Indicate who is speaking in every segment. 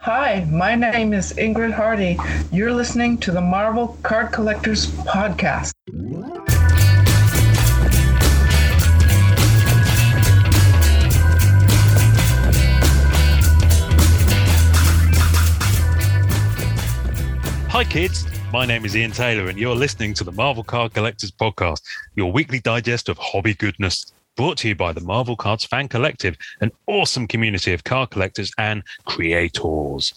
Speaker 1: Hi, my name is Ingrid Hardy. You're listening to the Marvel Card Collectors Podcast.
Speaker 2: Hi, kids. My name is Ian Taylor, and you're listening to the Marvel Card Collectors Podcast, your weekly digest of hobby goodness, brought to you by the Marvel Cards Fan Collective, an awesome community of card collectors and creators.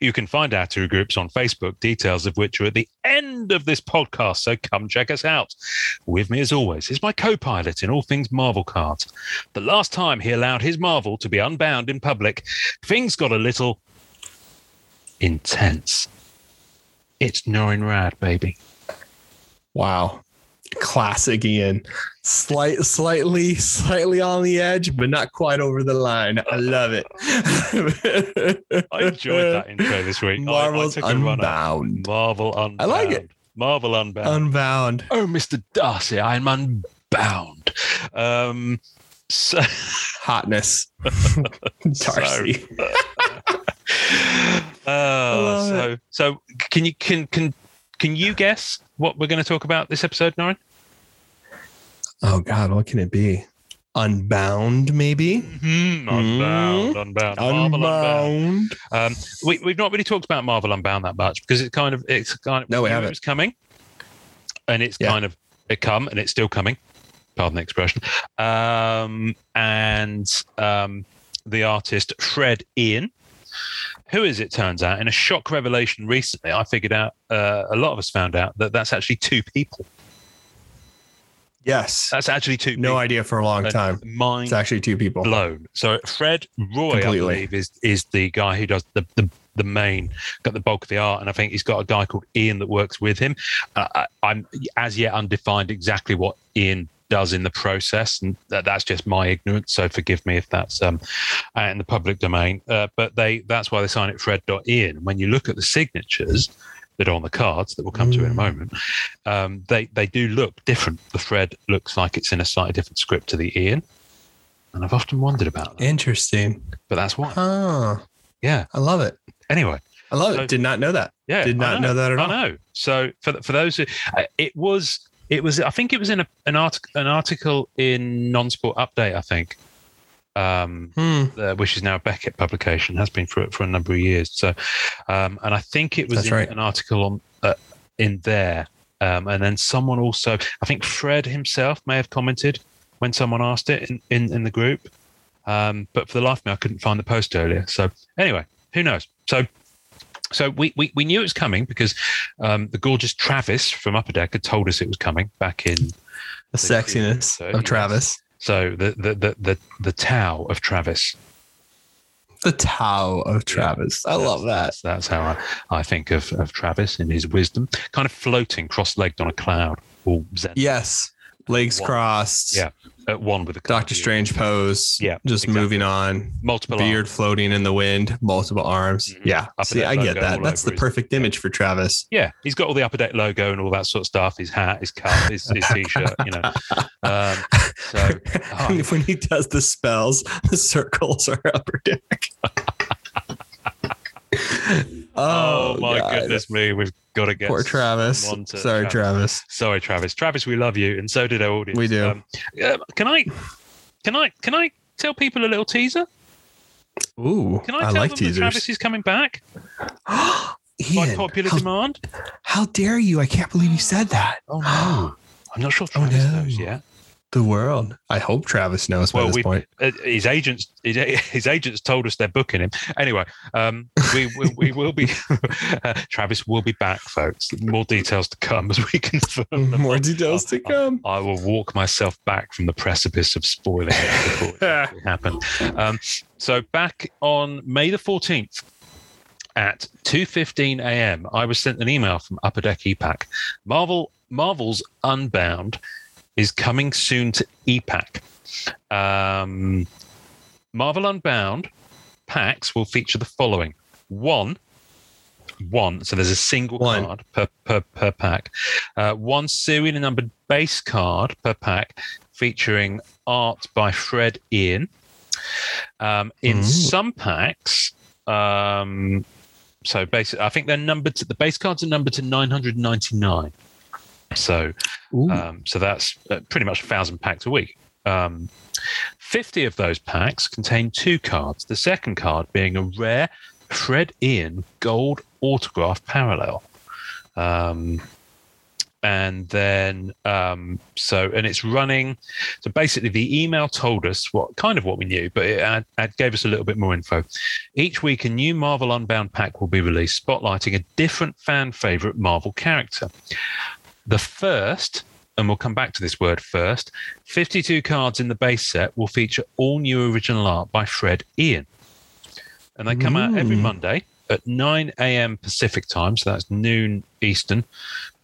Speaker 2: You can find our two groups on Facebook, details of which are at the end of this podcast, so come check us out. With me, as always, is my co pilot in all things Marvel cards. The last time he allowed his Marvel to be unbound in public, things got a little intense. It's Norrin Rad, baby.
Speaker 3: Wow. Classic Ian. Slight slightly slightly on the edge, but not quite over the line. I love it.
Speaker 2: I enjoyed that intro this week. I-
Speaker 3: Marvel's
Speaker 2: I, took a runner.
Speaker 3: Unbound.
Speaker 2: Marvel Unbound.
Speaker 3: I like it.
Speaker 2: Marvel Unbound.
Speaker 3: Unbound.
Speaker 2: oh, Mr. Darcy, I'm unbound. Um, so,
Speaker 3: Hotness. Darcy.
Speaker 2: uh,
Speaker 3: love
Speaker 2: so, so can you can can can you guess what we're going to talk about this episode, Norrin?
Speaker 3: Oh God, what can it be? Unbound, maybe?
Speaker 2: Mm-hmm. Unbound, unbound, Marvel Unbound.
Speaker 3: Unbound.
Speaker 2: Um, we, we've not really talked about Marvel Unbound that much because it's kind of it's kind of
Speaker 3: No, we
Speaker 2: knew it
Speaker 3: haven't.
Speaker 2: was coming, and it's
Speaker 3: Yeah.
Speaker 2: kind of it come and it's still coming. Pardon the expression. Um, and um, the artist Fred Ian, who is it turns out in a shock revelation recently, I figured out uh, a lot of us found out that that's actually two people.
Speaker 3: Yes.
Speaker 2: That's actually two.
Speaker 3: No
Speaker 2: people.
Speaker 3: idea for a long
Speaker 2: And
Speaker 3: time.
Speaker 2: Mind
Speaker 3: It's actually two people.
Speaker 2: blown. So Fred Roy,
Speaker 3: Completely.
Speaker 2: I believe, is is the guy who does the, the the main, got the bulk of the art, and I think he's got a guy called Ian that works with him. Uh, I, I'm as yet undefined exactly what Ian does in the process, and that, that's just my ignorance. So forgive me if that's um out in the public domain. Uh, but they that's why they sign it Fred Ian. When you look at the signatures. That are on the cards that we'll come to in a
Speaker 3: Mm.
Speaker 2: moment. Um, they they do look different. The Fred looks like it's in a slightly different script to the Ian, and I've often wondered about that.
Speaker 3: Interesting.
Speaker 2: But that's why.
Speaker 3: Huh.
Speaker 2: Yeah.
Speaker 3: I love it.
Speaker 2: Anyway.
Speaker 3: I love
Speaker 2: So-
Speaker 3: it. Did not know that.
Speaker 2: Yeah.
Speaker 3: Did
Speaker 2: I
Speaker 3: not know. that at
Speaker 2: I
Speaker 3: all.
Speaker 2: know. So for th- for those who, uh, it was it was I think it was in a, an article an article in Non-Sport Update I think, um,
Speaker 3: Hmm.
Speaker 2: uh, which is now a Beckett publication has been for for a number of years. So, um, and I think it was
Speaker 3: That's
Speaker 2: in
Speaker 3: right.
Speaker 2: an article on uh, in there, um, and then someone also I think Fred himself may have commented when someone asked it in in, in the group. Um, but for the life of me, I couldn't find the post earlier. So anyway, who knows? So so we, we, we knew it was coming because um, the gorgeous Travis from Upper Deck had told us it was coming back in.
Speaker 3: the sexiness
Speaker 2: creator,
Speaker 3: of
Speaker 2: yes.
Speaker 3: Travis.
Speaker 2: So the the the the, the Tao of Travis.
Speaker 3: The Tao of Travis. I love that.
Speaker 2: That's, that's how I, I think of, of Travis in his wisdom, kind of floating cross-legged on a cloud, all zen
Speaker 3: Yes. Legs
Speaker 2: One.
Speaker 3: crossed.
Speaker 2: Yeah. at one with the
Speaker 3: Doctor Strange pose.
Speaker 2: Yeah,
Speaker 3: Just
Speaker 2: exactly.
Speaker 3: moving on.
Speaker 2: multiple
Speaker 3: Beard
Speaker 2: arms.
Speaker 3: floating in the wind, multiple arms.
Speaker 2: Mhm.
Speaker 3: Yeah.
Speaker 2: Up
Speaker 3: See,
Speaker 2: and
Speaker 3: I
Speaker 2: down,
Speaker 3: get
Speaker 2: go all
Speaker 3: that. That's
Speaker 2: over
Speaker 3: the
Speaker 2: his-
Speaker 3: perfect image for Travis.
Speaker 2: Yeah, he's got all the upper deck logo and all that sort of stuff. His hat, his cup, his, his t-shirt. You know, um, so oh,
Speaker 3: And when he does the spells, the circles are upper deck.
Speaker 2: oh, my
Speaker 3: God.
Speaker 2: goodness me, we've got to get
Speaker 3: Poor Travis.
Speaker 2: someone to-
Speaker 3: Sorry, Travis.
Speaker 2: Sorry, Travis. Travis, we love you, and so did our audience.
Speaker 3: We do.
Speaker 2: Um, uh, can I? Can I? Can I tell people a little teaser?
Speaker 3: Ooh,
Speaker 2: Can I
Speaker 3: I,
Speaker 2: tell
Speaker 3: like
Speaker 2: them
Speaker 3: teasers.
Speaker 2: that Travis is coming back by
Speaker 3: Ian,
Speaker 2: popular
Speaker 3: how,
Speaker 2: demand?
Speaker 3: how dare you? I can't believe you said that.
Speaker 2: Oh no, I'm not sure if
Speaker 3: Oh,
Speaker 2: Travis
Speaker 3: no.
Speaker 2: knows yet.
Speaker 3: The world. I hope Travis knows
Speaker 2: Well,
Speaker 3: by this
Speaker 2: we-
Speaker 3: point.
Speaker 2: Uh, his agents, his, his agents told us they're booking him. Anyway, um, we, we we will be uh, Travis will be back, folks. More details to come as we confirm. them.
Speaker 3: More details to
Speaker 2: Uh,
Speaker 3: come.
Speaker 2: I will walk myself back from the precipice of spoiling it before it actually happened. Um, so back on May the 14th at 2.15 a.m., I was sent an email from Upper Deck EPAC. Marvel, Marvel's Unbound is coming soon to E EPAC. Um, Marvel Unbound packs will feature the following. One, one. So there's a single
Speaker 3: One.
Speaker 2: card per, per, per pack. Uh, one serial numbered base card per pack featuring art by Fred Ian. Um, in
Speaker 3: Ooh.
Speaker 2: some packs, Um, so basically, I think they're numbered. To, the base cards are numbered to 999. So,
Speaker 3: Ooh.
Speaker 2: um, so that's uh, pretty much a thousand packs a week. Um, 50 of those packs contain two cards, the second card being a rare Fred Ian gold autograph parallel. Um, and then, um, so, and it's running. So basically, the email told us what kind of what we knew, but it, ad- ad- gave us a little bit more info. Each week, a new Marvel Unbound pack will be released, spotlighting a different fan favorite Marvel character. The first, and we'll come back to this word first, 52 cards in the base set will feature all new original art by Fred Ian. And they come out every
Speaker 3: Mm.
Speaker 2: Monday at 9 a.m. Pacific time. So that's noon Eastern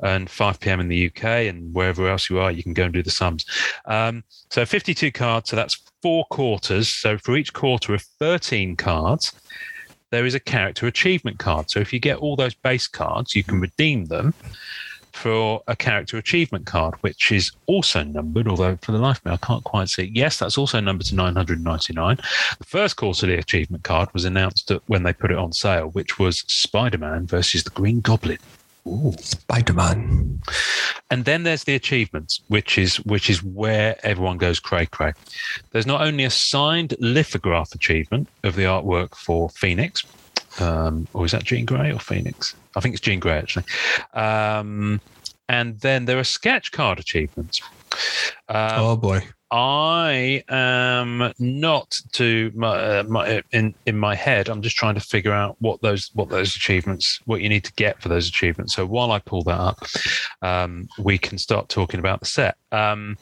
Speaker 2: and 5 p.m. in the UK and wherever else you are, you can go and do the sums. Um, so 52 cards. So that's four quarters. So for each quarter of 13 cards, there is a character achievement card. So if you get all those base cards, you can redeem them for a character achievement card, which is also numbered, although for the life of me, I can't quite see. Yes, that's also numbered to 999. The first quarterly achievement card was announced at- when they put it on sale, which was Spider Man versus the Green Goblin.
Speaker 3: Spider
Speaker 2: Um,
Speaker 3: Man.
Speaker 2: And then there's the achievements, which is which is where everyone goes cray cray. There's not only a signed lithograph achievement of the artwork for Phoenix, um, or is that Jean Grey or Phoenix? I think it's Jean Grey actually. Um, and then there are sketch card achievements. Um,
Speaker 3: oh boy.
Speaker 2: I am not to my, uh, my in in my head. I'm just trying to figure out what those what those achievements, what you need to get for those achievements. So while I pull that up, um, we can start talking about the set. Um,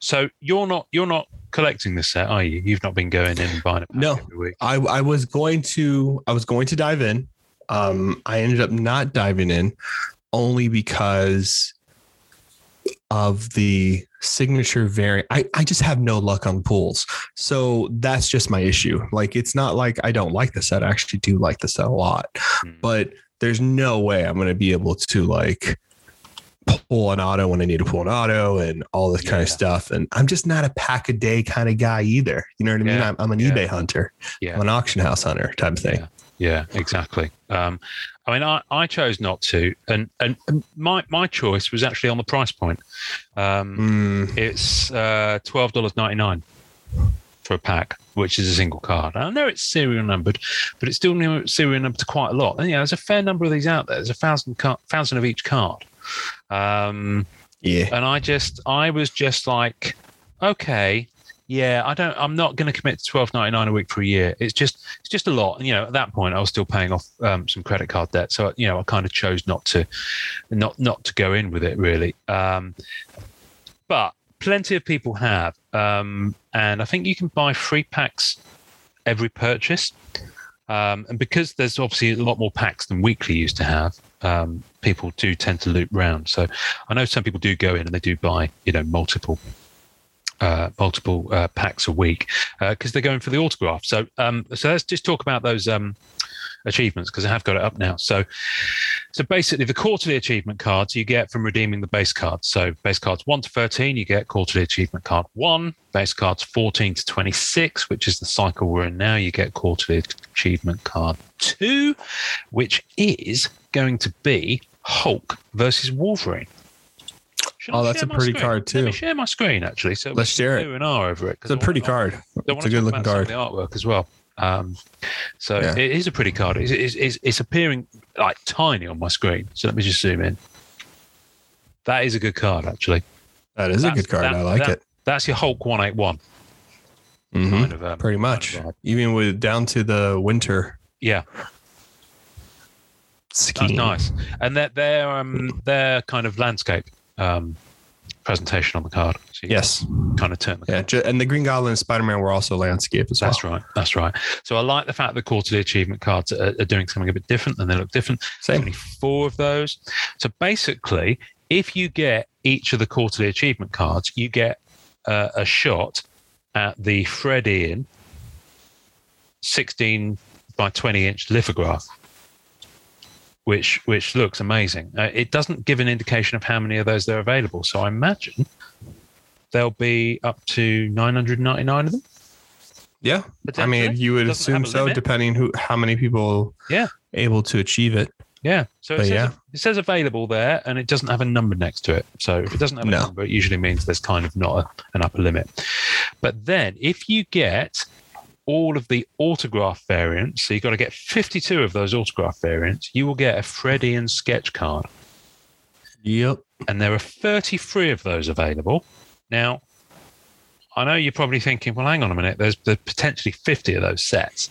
Speaker 2: so you're not you're not collecting this set, are you? You've not been going in and buying it
Speaker 3: No.
Speaker 2: every week.
Speaker 3: I I was going to I was going to dive in. Um, I ended up not diving in only because of the signature variant. I, I just have no luck on pools. So that's just my issue. Like it's not like I don't like the set. I actually do like the set a lot.
Speaker 2: Hmm.
Speaker 3: But there's no way I'm gonna be able to like pull an auto when I need to pull an auto and all this kind of
Speaker 2: Yeah.
Speaker 3: stuff. And I'm just not a pack a day kind of guy either. You know what I mean?
Speaker 2: Yeah.
Speaker 3: I'm, I'm an
Speaker 2: Yeah.
Speaker 3: eBay hunter
Speaker 2: Yeah.
Speaker 3: an auction house hunter type of thing.
Speaker 2: Yeah, exactly. Um, I mean, I, I chose not to, and, and and my my choice was actually on the price point. Um,
Speaker 3: Mm,
Speaker 2: It's uh, twelve dollars ninety nine for a pack, which is a single card. I know it's serial numbered, but it's still nu- serial numbered to quite a lot. And yeah, there's a fair number of these out there. There's a thousand car- thousand of each card. Um,
Speaker 3: yeah.
Speaker 2: and I just I was just like, okay, yeah, I don't I'm not gonna commit to twelve ninety nine a week for a year. It's just it's just a lot. And you know, at that point I was still paying off um, some credit card debt. So you know, I kind of chose not to not not to go in with it really. Um but plenty of people have. Um and I think you can buy free packs every purchase. Um, and because there's obviously a lot more packs than weekly used to have, um, people do tend to loop round. So I know some people do go in and they do buy, you know, multiple uh, multiple uh, packs a week because they're going for the autograph. So um, so let's just talk about those um, achievements because I have got it up now. So so basically, the quarterly achievement cards you get from redeeming the base cards. So base cards one to thirteen, you get quarterly achievement card one. Base cards fourteen to twenty six, which is the cycle we're in now, you get quarterly achievement card two, which is going to be Hulk versus Wolverine. Should
Speaker 3: Oh,
Speaker 2: I
Speaker 3: that's
Speaker 2: share
Speaker 3: a
Speaker 2: my
Speaker 3: pretty
Speaker 2: screen?
Speaker 3: card,
Speaker 2: Let
Speaker 3: too.
Speaker 2: me share my screen actually. So
Speaker 3: Let's share it.
Speaker 2: do an R over it.
Speaker 3: It's a pretty card. It's a good looking
Speaker 2: The
Speaker 3: card.
Speaker 2: artwork as well. Um, so
Speaker 3: Yeah.
Speaker 2: it is a pretty card. It's, it's, it's, it's appearing like tiny on my screen. So let me just zoom in. That is a good card actually.
Speaker 3: That is a
Speaker 2: That's-
Speaker 3: good card.
Speaker 2: that-
Speaker 3: I like
Speaker 2: that-
Speaker 3: it.
Speaker 2: That's your Hulk one eight one
Speaker 3: Mhm.
Speaker 2: kind of. Um,
Speaker 3: Pretty much.
Speaker 2: kind of vibe.
Speaker 3: Even with down to the winter
Speaker 2: yeah, that's
Speaker 3: skiing.
Speaker 2: nice. And their their um their kind of landscape um presentation on the card. So you
Speaker 3: Yes.
Speaker 2: kind of turn the
Speaker 3: Yeah. ju- And the Green Goblin and Spider Man were also landscape as well.
Speaker 2: That's right. That's right. So I like the fact that quarterly achievement cards are, are doing something a bit different and they look different.
Speaker 3: Same.
Speaker 2: Only four of those. So basically, if you get each of the quarterly achievement cards, you get uh, a shot at the Fred Ian 16 by 20 inch lithograph. Which, which looks amazing. Uh, it doesn't give an indication of how many of those there are available. So I imagine there'll be up to 999 of them.
Speaker 3: Yeah. I mean,
Speaker 2: potentially.
Speaker 3: you would
Speaker 2: Doesn't have
Speaker 3: assume
Speaker 2: a
Speaker 3: so,
Speaker 2: limit.
Speaker 3: depending who how many people
Speaker 2: Yeah.
Speaker 3: able to achieve it.
Speaker 2: yeah. So it
Speaker 3: But
Speaker 2: says,
Speaker 3: yeah.
Speaker 2: it says available there, and it doesn't have a number next to it. So if it doesn't have a
Speaker 3: No.
Speaker 2: number, it usually means there's kind of not a, an upper limit. But then if you get all of the autograph variants, so you've got to get 52 of those autograph variants, you will get a Freddy and sketch card.
Speaker 3: Yep.
Speaker 2: and there are 33 of those available. Now, I know you're probably thinking, well, hang on a minute, there's, there's potentially 50 of those sets,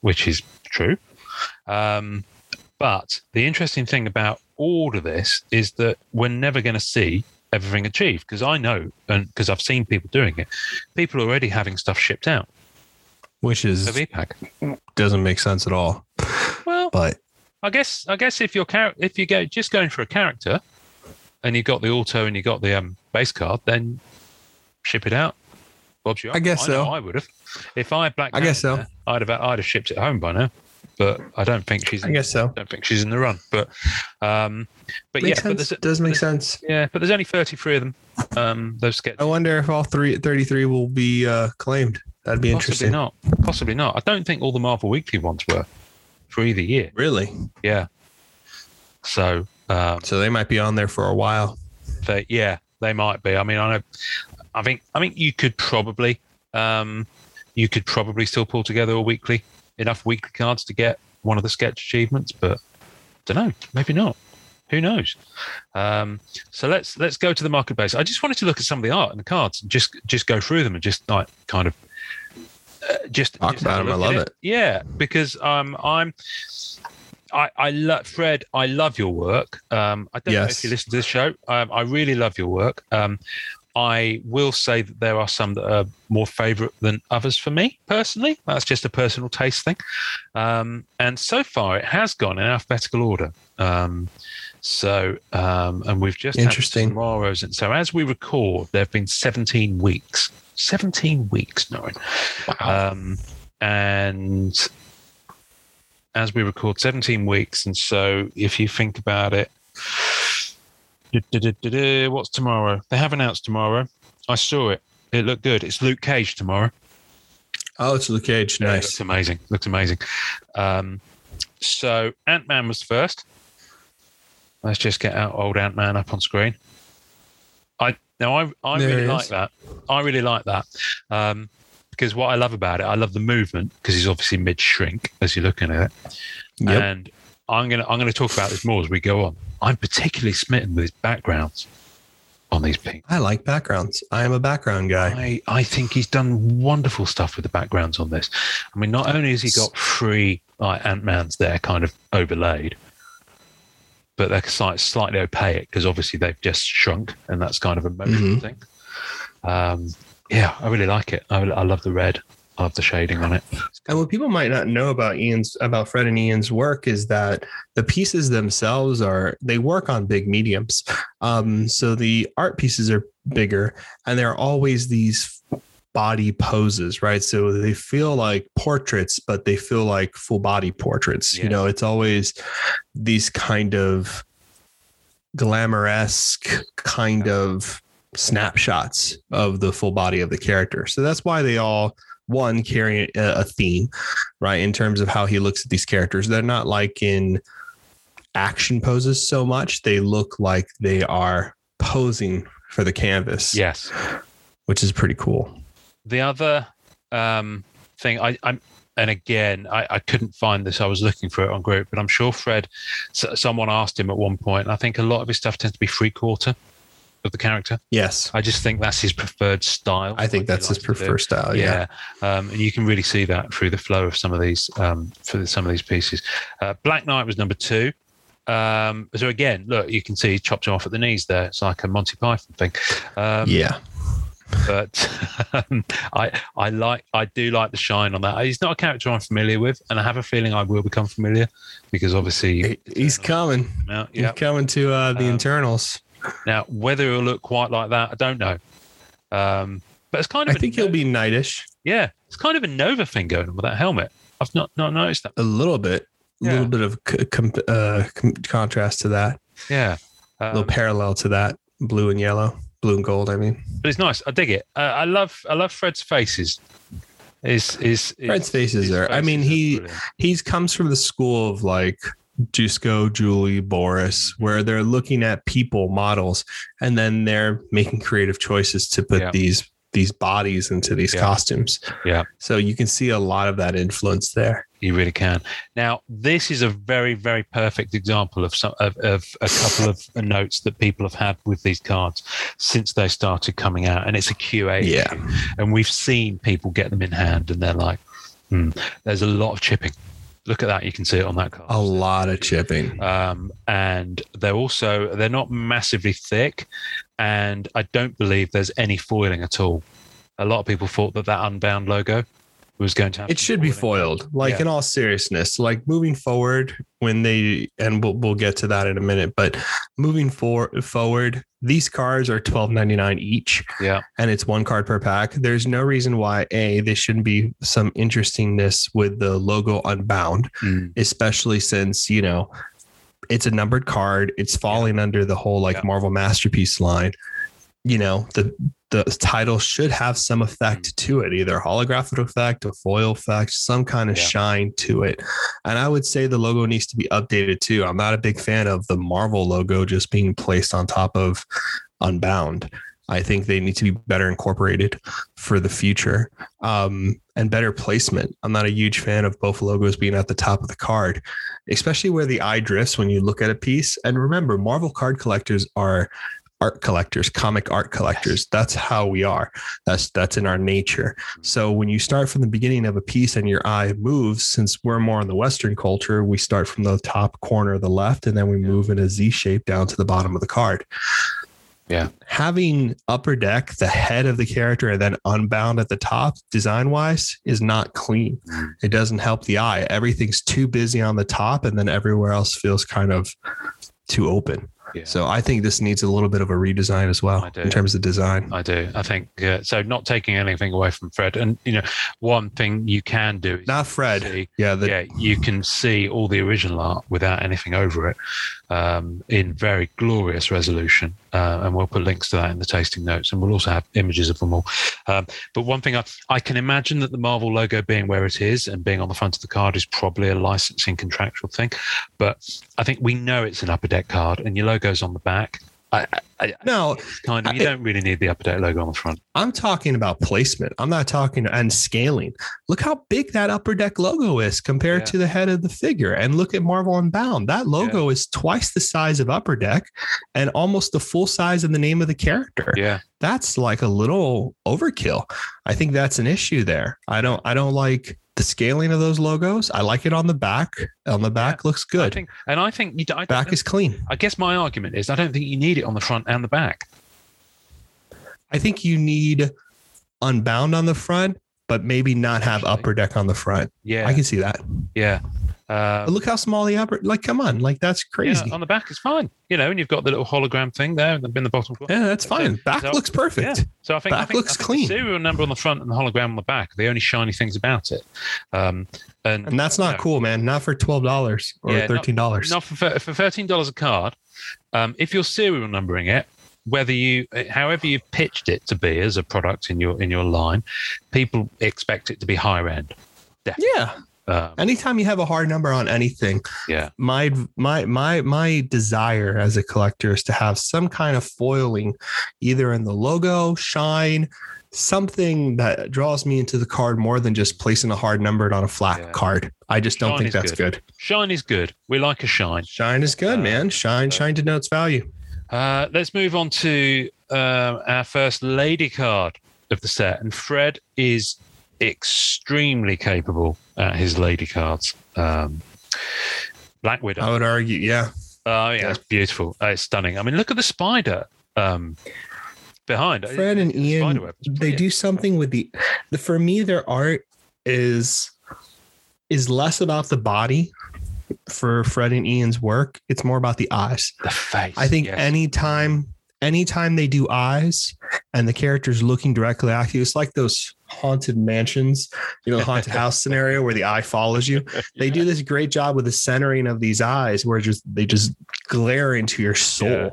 Speaker 2: which is true. Um, but the interesting thing about all of this is that we're never going to see everything achieved because I know, and because I've seen people doing it, people are already having stuff shipped out
Speaker 3: Which is
Speaker 2: of EPAC.
Speaker 3: doesn't make sense at all.
Speaker 2: Well,
Speaker 3: But
Speaker 2: I guess I guess if you're char- if you go just going for a character, and you got the auto and you got the um, base card, then ship it out. Bob's your
Speaker 3: I guess
Speaker 2: know
Speaker 3: so.
Speaker 2: I would have. If I had black,
Speaker 3: I guess
Speaker 2: Panther, I'd have I'd have shipped it home by now. But I don't think she's.
Speaker 3: I guess so.
Speaker 2: I don't think she's in the run. But um, but yeah, but
Speaker 3: Makes sense.
Speaker 2: there's,
Speaker 3: Does make sense.
Speaker 2: yeah, but there's only 33 of them. Um, those sketches.
Speaker 3: I wonder if all three 33 will be uh, claimed. That'd be
Speaker 2: Possibly
Speaker 3: interesting.
Speaker 2: not. Possibly not. I don't think all the Marvel Weekly ones were for either year.
Speaker 3: Really?
Speaker 2: Yeah. So. Um,
Speaker 3: So they might be on there for a while.
Speaker 2: They, yeah, they might be. I mean, I know. I think I think you could probably, um, you could probably still pull together a weekly enough weekly cards to get one of the sketch achievements, but don't know. Maybe not. Who knows? Um, so let's let's go to the market base. I just wanted to look at some of the art and the cards and just just go through them and just like kind of uh, just
Speaker 3: Talk
Speaker 2: just
Speaker 3: about
Speaker 2: have a
Speaker 3: 'em. I
Speaker 2: look at
Speaker 3: love it.
Speaker 2: Yeah, because um, I'm I, I love Fred. I love your work. Um, I don't know if
Speaker 3: Yes.
Speaker 2: you listen to this show. Um, I really love your work. Um, I will say that there are some that are more favourite than others for me personally. That's just a personal taste thing. Um, and so far, it has gone in alphabetical order. Um, so, um, and we've just
Speaker 3: Interesting.
Speaker 2: Had tomorrow's, and so as we record, there have been 17 weeks. 17 weeks, Norrin. Um, and as we record, 17 weeks. And so if you think about it, du-du-du-du-du, what's tomorrow? They have announced tomorrow. I saw it. It looked good. It's Luke Cage tomorrow.
Speaker 3: Oh, it's Luke Cage.
Speaker 2: Yeah, it
Speaker 3: Nice.
Speaker 2: Looks amazing. Looks amazing. Um, so Ant Man was first. Let's just get our old Ant Man up on screen. I now I I
Speaker 3: There
Speaker 2: really
Speaker 3: he
Speaker 2: like
Speaker 3: is.
Speaker 2: that. I really like that. Um, because what I love about it, I love the movement because he's obviously mid shrink as you're looking at it.
Speaker 3: Yep.
Speaker 2: And I'm gonna I'm gonna talk about this more as we go on. I'm particularly smitten with his backgrounds on these people.
Speaker 3: I like backgrounds. I am a background guy.
Speaker 2: I, I think he's done wonderful stuff with the backgrounds on this. I mean, not only has he got three like Ant Man's there kind of overlaid, but they're slight, slightly opaque because obviously they've just shrunk and that's kind of a motion
Speaker 3: Mhm.
Speaker 2: thing. Um, yeah, I really like it. I, I love the red. I love the shading on it.
Speaker 3: And what people might not know about Ian's about Fred and Ian's work is that the pieces themselves are they work on big mediums. Um, so the art pieces are bigger and there are always these body poses, right? So they feel like portraits, but they feel like full body portraits.
Speaker 2: Yeah.
Speaker 3: You know, it's always these kind of glamouresque kind of snapshots of the full body of the character. So that's why they all one carry a, a theme, right? In terms of how he looks at these characters, they're not like in action poses so much. They look like they are posing for the canvas,
Speaker 2: Yes.
Speaker 3: which is pretty cool.
Speaker 2: the other um, thing I, I'm and again I, I couldn't find this I was looking for it on group but I'm sure Fred s- someone asked him at one point and I think a lot of his stuff tends to be three quarter of the character
Speaker 3: Yes,
Speaker 2: I just think that's his preferred style
Speaker 3: I
Speaker 2: what
Speaker 3: think
Speaker 2: he
Speaker 3: that's his
Speaker 2: likes to do.
Speaker 3: preferred style. Yeah.
Speaker 2: yeah, Um, and you can really see that through the flow of some of these um, for the, some of these pieces uh, Black Knight was number two um, so again look you can see he chopped him off at the knees there it's like a Monty Python thing um,
Speaker 3: yeah,
Speaker 2: but um, I I like I do like the shine on that. He's not a character I'm familiar with, and I have a feeling I will become familiar because obviously,
Speaker 3: He- he's coming.
Speaker 2: now,
Speaker 3: He's
Speaker 2: yeah.
Speaker 3: coming to uh, the
Speaker 2: Um,
Speaker 3: internals.
Speaker 2: Now whether it'll look quite like that, I don't know. Um, but it's kind
Speaker 3: I
Speaker 2: of a
Speaker 3: think he'll
Speaker 2: Nova-
Speaker 3: be knightish
Speaker 2: yeah, it's kind of a Nova thing going on with that helmet. I've not not noticed that.
Speaker 3: a little bit, a
Speaker 2: Yeah.
Speaker 3: little bit of c- com- uh, com- contrast to that,
Speaker 2: Yeah,
Speaker 3: a little
Speaker 2: um,
Speaker 3: parallel to that blue and yellow. blue and gold. I mean,
Speaker 2: but it's nice. I dig it. Uh, I love I love Fred's faces. Is is
Speaker 3: Fred's faces are. I mean, he he's comes from the school of like Jusco, Julie, Boris,
Speaker 2: Mm-hmm.
Speaker 3: where they're looking at people, models, and then they're making creative choices to put
Speaker 2: Yeah.
Speaker 3: these these bodies into these
Speaker 2: Yeah.
Speaker 3: costumes.
Speaker 2: Yeah.
Speaker 3: So you can see a lot of that influence there.
Speaker 2: You really can. Now, this is a very, very perfect example of some of, of a couple of notes that people have had with these cards since they started coming out, and it's a QA.
Speaker 3: Yeah.
Speaker 2: issue. and we've seen people get them in hand, and they're like, hmm, "There's a lot of chipping." Look at that. You can see it on that card.
Speaker 3: A lot of chipping.
Speaker 2: Um, and they're also they're not massively thick, and I don't believe there's any foiling at all. A lot of people thought that that unbound logo was going to have
Speaker 3: It
Speaker 2: some
Speaker 3: should be
Speaker 2: foiling.
Speaker 3: foiled. Like
Speaker 2: Yeah.
Speaker 3: in all seriousness, like moving forward when they and we'll we'll get to that in a minute, but moving for, forward, these cards are twelve ninety nine each.
Speaker 2: Yeah.
Speaker 3: and it's one card per pack. There's no reason why a there shouldn't be some interestingness with the logo unbound,
Speaker 2: Mm.
Speaker 3: especially since you know it's a numbered card. It's falling under the whole like
Speaker 2: Yeah.
Speaker 3: Marvel masterpiece line. You know the the title should have some effect
Speaker 2: Mm-hmm.
Speaker 3: to it, either holographic effect, a foil effect, some kind of
Speaker 2: Yeah.
Speaker 3: shine to it. And I would say the logo needs to be updated too. I'm not a big fan of the Marvel logo just being placed on top of Unbound. I think they need to be better incorporated for the future um, and better placement. I'm not a huge fan of both logos being at the top of the card, especially where the eye drifts when you look at a piece. And remember, Marvel card collectors are art collectors, comic art collectors. That's how we are. That's that's in our nature. So when you start from the beginning of a piece and your eye moves, since we're more in the Western culture, we start from the top corner of the left and then we move in a Z shape down to the bottom of the card.
Speaker 2: Yeah.
Speaker 3: Having upper deck, the head of the character, and then unbound at the top, design wise, is not clean.
Speaker 2: Mm.
Speaker 3: It doesn't help the eye. Everything's too busy on the top, and then everywhere else feels kind of too open.
Speaker 2: Yeah.
Speaker 3: So I think this needs a little bit of a redesign as well
Speaker 2: I do.
Speaker 3: in terms of design.
Speaker 2: I do. I think uh, so. Not taking anything away from Fred, and you know, one thing you can do. Is
Speaker 3: Not Fred.
Speaker 2: See,
Speaker 3: Yeah, the
Speaker 2: yeah, you can see all the original art without anything over it, um, in very glorious resolution. Uh, and we'll put links to that in the tasting notes, and we'll also have images of them all. Um, but one thing I, I can imagine that the Marvel logo being where it is and being on the front of the card is probably a licensing contractual thing. But I think we know it's an upper deck card, and your logo's on the back. I, I, I
Speaker 3: no,
Speaker 2: kind of you
Speaker 3: I-
Speaker 2: don't really need the upper deck logo on the front.
Speaker 3: I'm talking about placement. I'm not talking and scaling. Look how big that upper deck logo is compared
Speaker 2: Yeah.
Speaker 3: to the head of the figure. And look at Marvel Unbound. That logo is twice the size of upper deck and almost the full size of the name of the character.
Speaker 2: Yeah.
Speaker 3: That's like a little overkill. I think that's an issue there. I don't I don't like the scaling of those logos. I like it on the back. On the back looks
Speaker 2: I
Speaker 3: good.
Speaker 2: think, and I think you. d- I, don't
Speaker 3: back
Speaker 2: know-
Speaker 3: is clean.
Speaker 2: I guess my argument is I don't think you need it on the front and the back.
Speaker 3: I think you need Unbound on the front, but maybe not have
Speaker 2: Actually.
Speaker 3: upper deck on the front.
Speaker 2: Yeah,
Speaker 3: I can see that.
Speaker 2: yeah.
Speaker 3: But
Speaker 2: Um,
Speaker 3: look how small the upper like come on like that's
Speaker 2: yeah, um,
Speaker 3: crazy yeah,
Speaker 2: on the back is fine. You know, and you've got the little hologram thing there in the, in the bottom corner.
Speaker 3: that's fine back
Speaker 2: So-
Speaker 3: looks perfect
Speaker 2: Yeah. So I think I
Speaker 3: Back
Speaker 2: think,
Speaker 3: looks
Speaker 2: I think
Speaker 3: clean.
Speaker 2: The serial number on the front and the hologram on the back are the only shiny things about it. Um, and
Speaker 3: and that's
Speaker 2: Yeah.
Speaker 3: not cool man not for $12 or
Speaker 2: Yeah, not-
Speaker 3: $13
Speaker 2: not for, thir- for thirteen dollars a card. Um, if you're serial numbering it, whether you, eh, however you pitched it to be as a product in your in your line, people expect it to be higher end.
Speaker 3: yeah
Speaker 2: Um,
Speaker 3: anytime you have a hard number on anything
Speaker 2: yeah,
Speaker 3: my my my my desire as a collector is to have some kind of foiling either in the logo shine something that draws me into the card more than just placing a hard number on a flat
Speaker 2: Yeah.
Speaker 3: card i just don't
Speaker 2: Shine
Speaker 3: think
Speaker 2: is
Speaker 3: that's good.
Speaker 2: shine is good. We like a shine.
Speaker 3: shine is good
Speaker 2: Uh,
Speaker 3: man shine shine denotes value
Speaker 2: Uh, let's move on to um, our first lady card of the set, and Fred is extremely capable at his lady cards. Um, Black Widow.
Speaker 3: i would argue yeah
Speaker 2: Oh yeah,
Speaker 3: Yeah.
Speaker 2: it's beautiful. Uh, it's stunning. I mean, look at the spider um, behind.
Speaker 3: Fred and
Speaker 2: It's a spider
Speaker 3: Ian,
Speaker 2: web. It's
Speaker 3: they
Speaker 2: brilliant.
Speaker 3: do something with the, the. For me, their art is is less about the body. For Fred and Ian's work, it's more about the eyes.
Speaker 2: the face.
Speaker 3: I think
Speaker 2: yes.
Speaker 3: anytime anytime they do eyes and the character's looking directly at you, it's like those haunted mansions, you know, haunted house scenario where the eye follows you. They do this great job with the centering of these eyes where just they just glare into your soul.
Speaker 2: Yeah.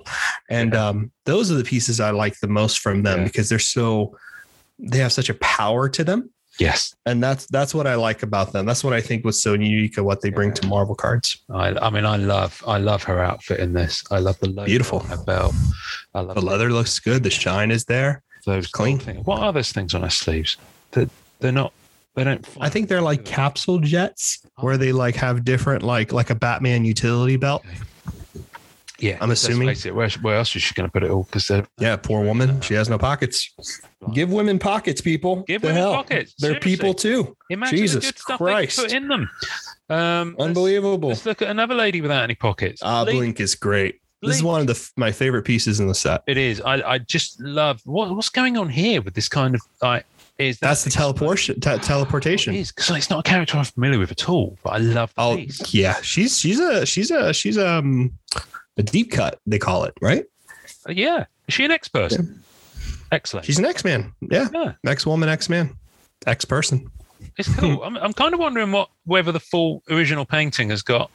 Speaker 3: And
Speaker 2: Yeah.
Speaker 3: um, those are the pieces I like the most from them
Speaker 2: Yeah.
Speaker 3: because they're so they have such a power to them.
Speaker 2: Yes.
Speaker 3: And that's that's what I like about them. That's what I think was so unique of what they bring
Speaker 2: Yeah.
Speaker 3: to Marvel cards.
Speaker 2: I, I mean, I love, I love her outfit in this. I love the logo
Speaker 3: Beautiful.
Speaker 2: on her belt. I love
Speaker 3: The leather looks good. The shine is there.
Speaker 2: those
Speaker 3: clean.
Speaker 2: clean things. What are those things on her sleeves? That they're not, they don't.
Speaker 3: I think they're like capsule jets where they like have different like like a Batman utility belt.
Speaker 2: Yeah,
Speaker 3: I'm
Speaker 2: let's
Speaker 3: assuming-
Speaker 2: face it, where, where else is she going to put it all? Because they're
Speaker 3: Yeah, poor woman. She has no pockets. Give women pockets, people.
Speaker 2: Give
Speaker 3: The
Speaker 2: women
Speaker 3: hell.
Speaker 2: pockets.
Speaker 3: They're
Speaker 2: Seriously.
Speaker 3: people too.
Speaker 2: imagine
Speaker 3: Jesus
Speaker 2: the good stuff
Speaker 3: Christ.
Speaker 2: they put in them. Um, let's-
Speaker 3: Unbelievable.
Speaker 2: Let's, look at another lady without any pockets.
Speaker 3: Ah,
Speaker 2: Blink.
Speaker 3: Blink is great. This is
Speaker 2: Blink.
Speaker 3: one of the f- my favorite pieces in the set.
Speaker 2: It is. I, I just love what, what's going on here with this kind of like. Is that
Speaker 3: That's the teleportation. Te-
Speaker 2: It
Speaker 3: teleportation.
Speaker 2: is because it's not a character I'm familiar with at all, but I love the
Speaker 3: Oh
Speaker 2: piece.
Speaker 3: yeah, she's she's a she's a she's um a deep cut they call it right.
Speaker 2: Uh, Yeah, is she an ex person? Excellent.
Speaker 3: She's an X man. Yeah,
Speaker 2: yeah,
Speaker 3: X woman, X man, X person.
Speaker 2: it's cool. I'm, I'm kind of wondering what whether the full original painting has got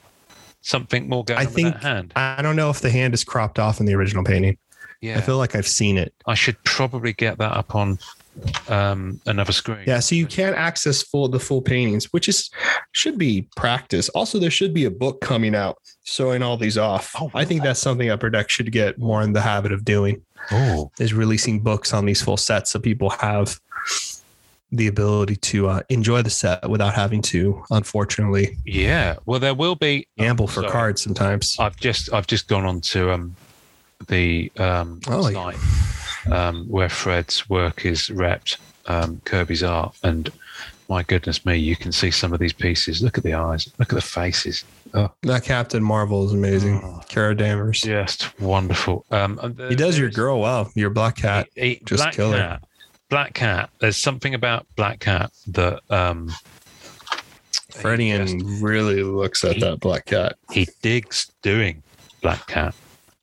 Speaker 2: something more going
Speaker 3: I
Speaker 2: on with
Speaker 3: think-
Speaker 2: that hand.
Speaker 3: I don't know if the hand is cropped off in the original painting.
Speaker 2: Yeah,
Speaker 3: I feel like I've seen it.
Speaker 2: I should probably get that up on um, another screen.
Speaker 3: Yeah, so you can't access full the full paintings, which is should be practice. Also, there should be a book coming out showing all these off.
Speaker 2: Oh,
Speaker 3: I think that's something Upper Deck should get more in the habit of doing
Speaker 2: Oh,
Speaker 3: is releasing books on these full sets so people have the ability to uh, enjoy the set without having to, unfortunately,
Speaker 2: Oh, yeah. Well, there will be. oh,
Speaker 3: gamble for
Speaker 2: Sorry.
Speaker 3: cards sometimes.
Speaker 2: I've just I've just gone on to um, the um,
Speaker 3: Oh,
Speaker 2: last
Speaker 3: yeah.
Speaker 2: night um, where Fred's work is wrapped, um, Kirby's art, and my goodness me, you can see some of these pieces. Look at the eyes. Look at the faces.
Speaker 3: That Captain Marvel is amazing.
Speaker 2: Oh.
Speaker 3: Kara Danvers.
Speaker 2: Just wonderful. Um, and
Speaker 3: He does
Speaker 2: there
Speaker 3: your
Speaker 2: is-
Speaker 3: girl well, your black cat.
Speaker 2: He- he-
Speaker 3: Uh, Just
Speaker 2: Black
Speaker 3: kill her.
Speaker 2: Cat. Black Cat. There's something about Black Cat that um, he just-
Speaker 3: Fredian really looks at that black cat.
Speaker 2: he digs doing Black Cat.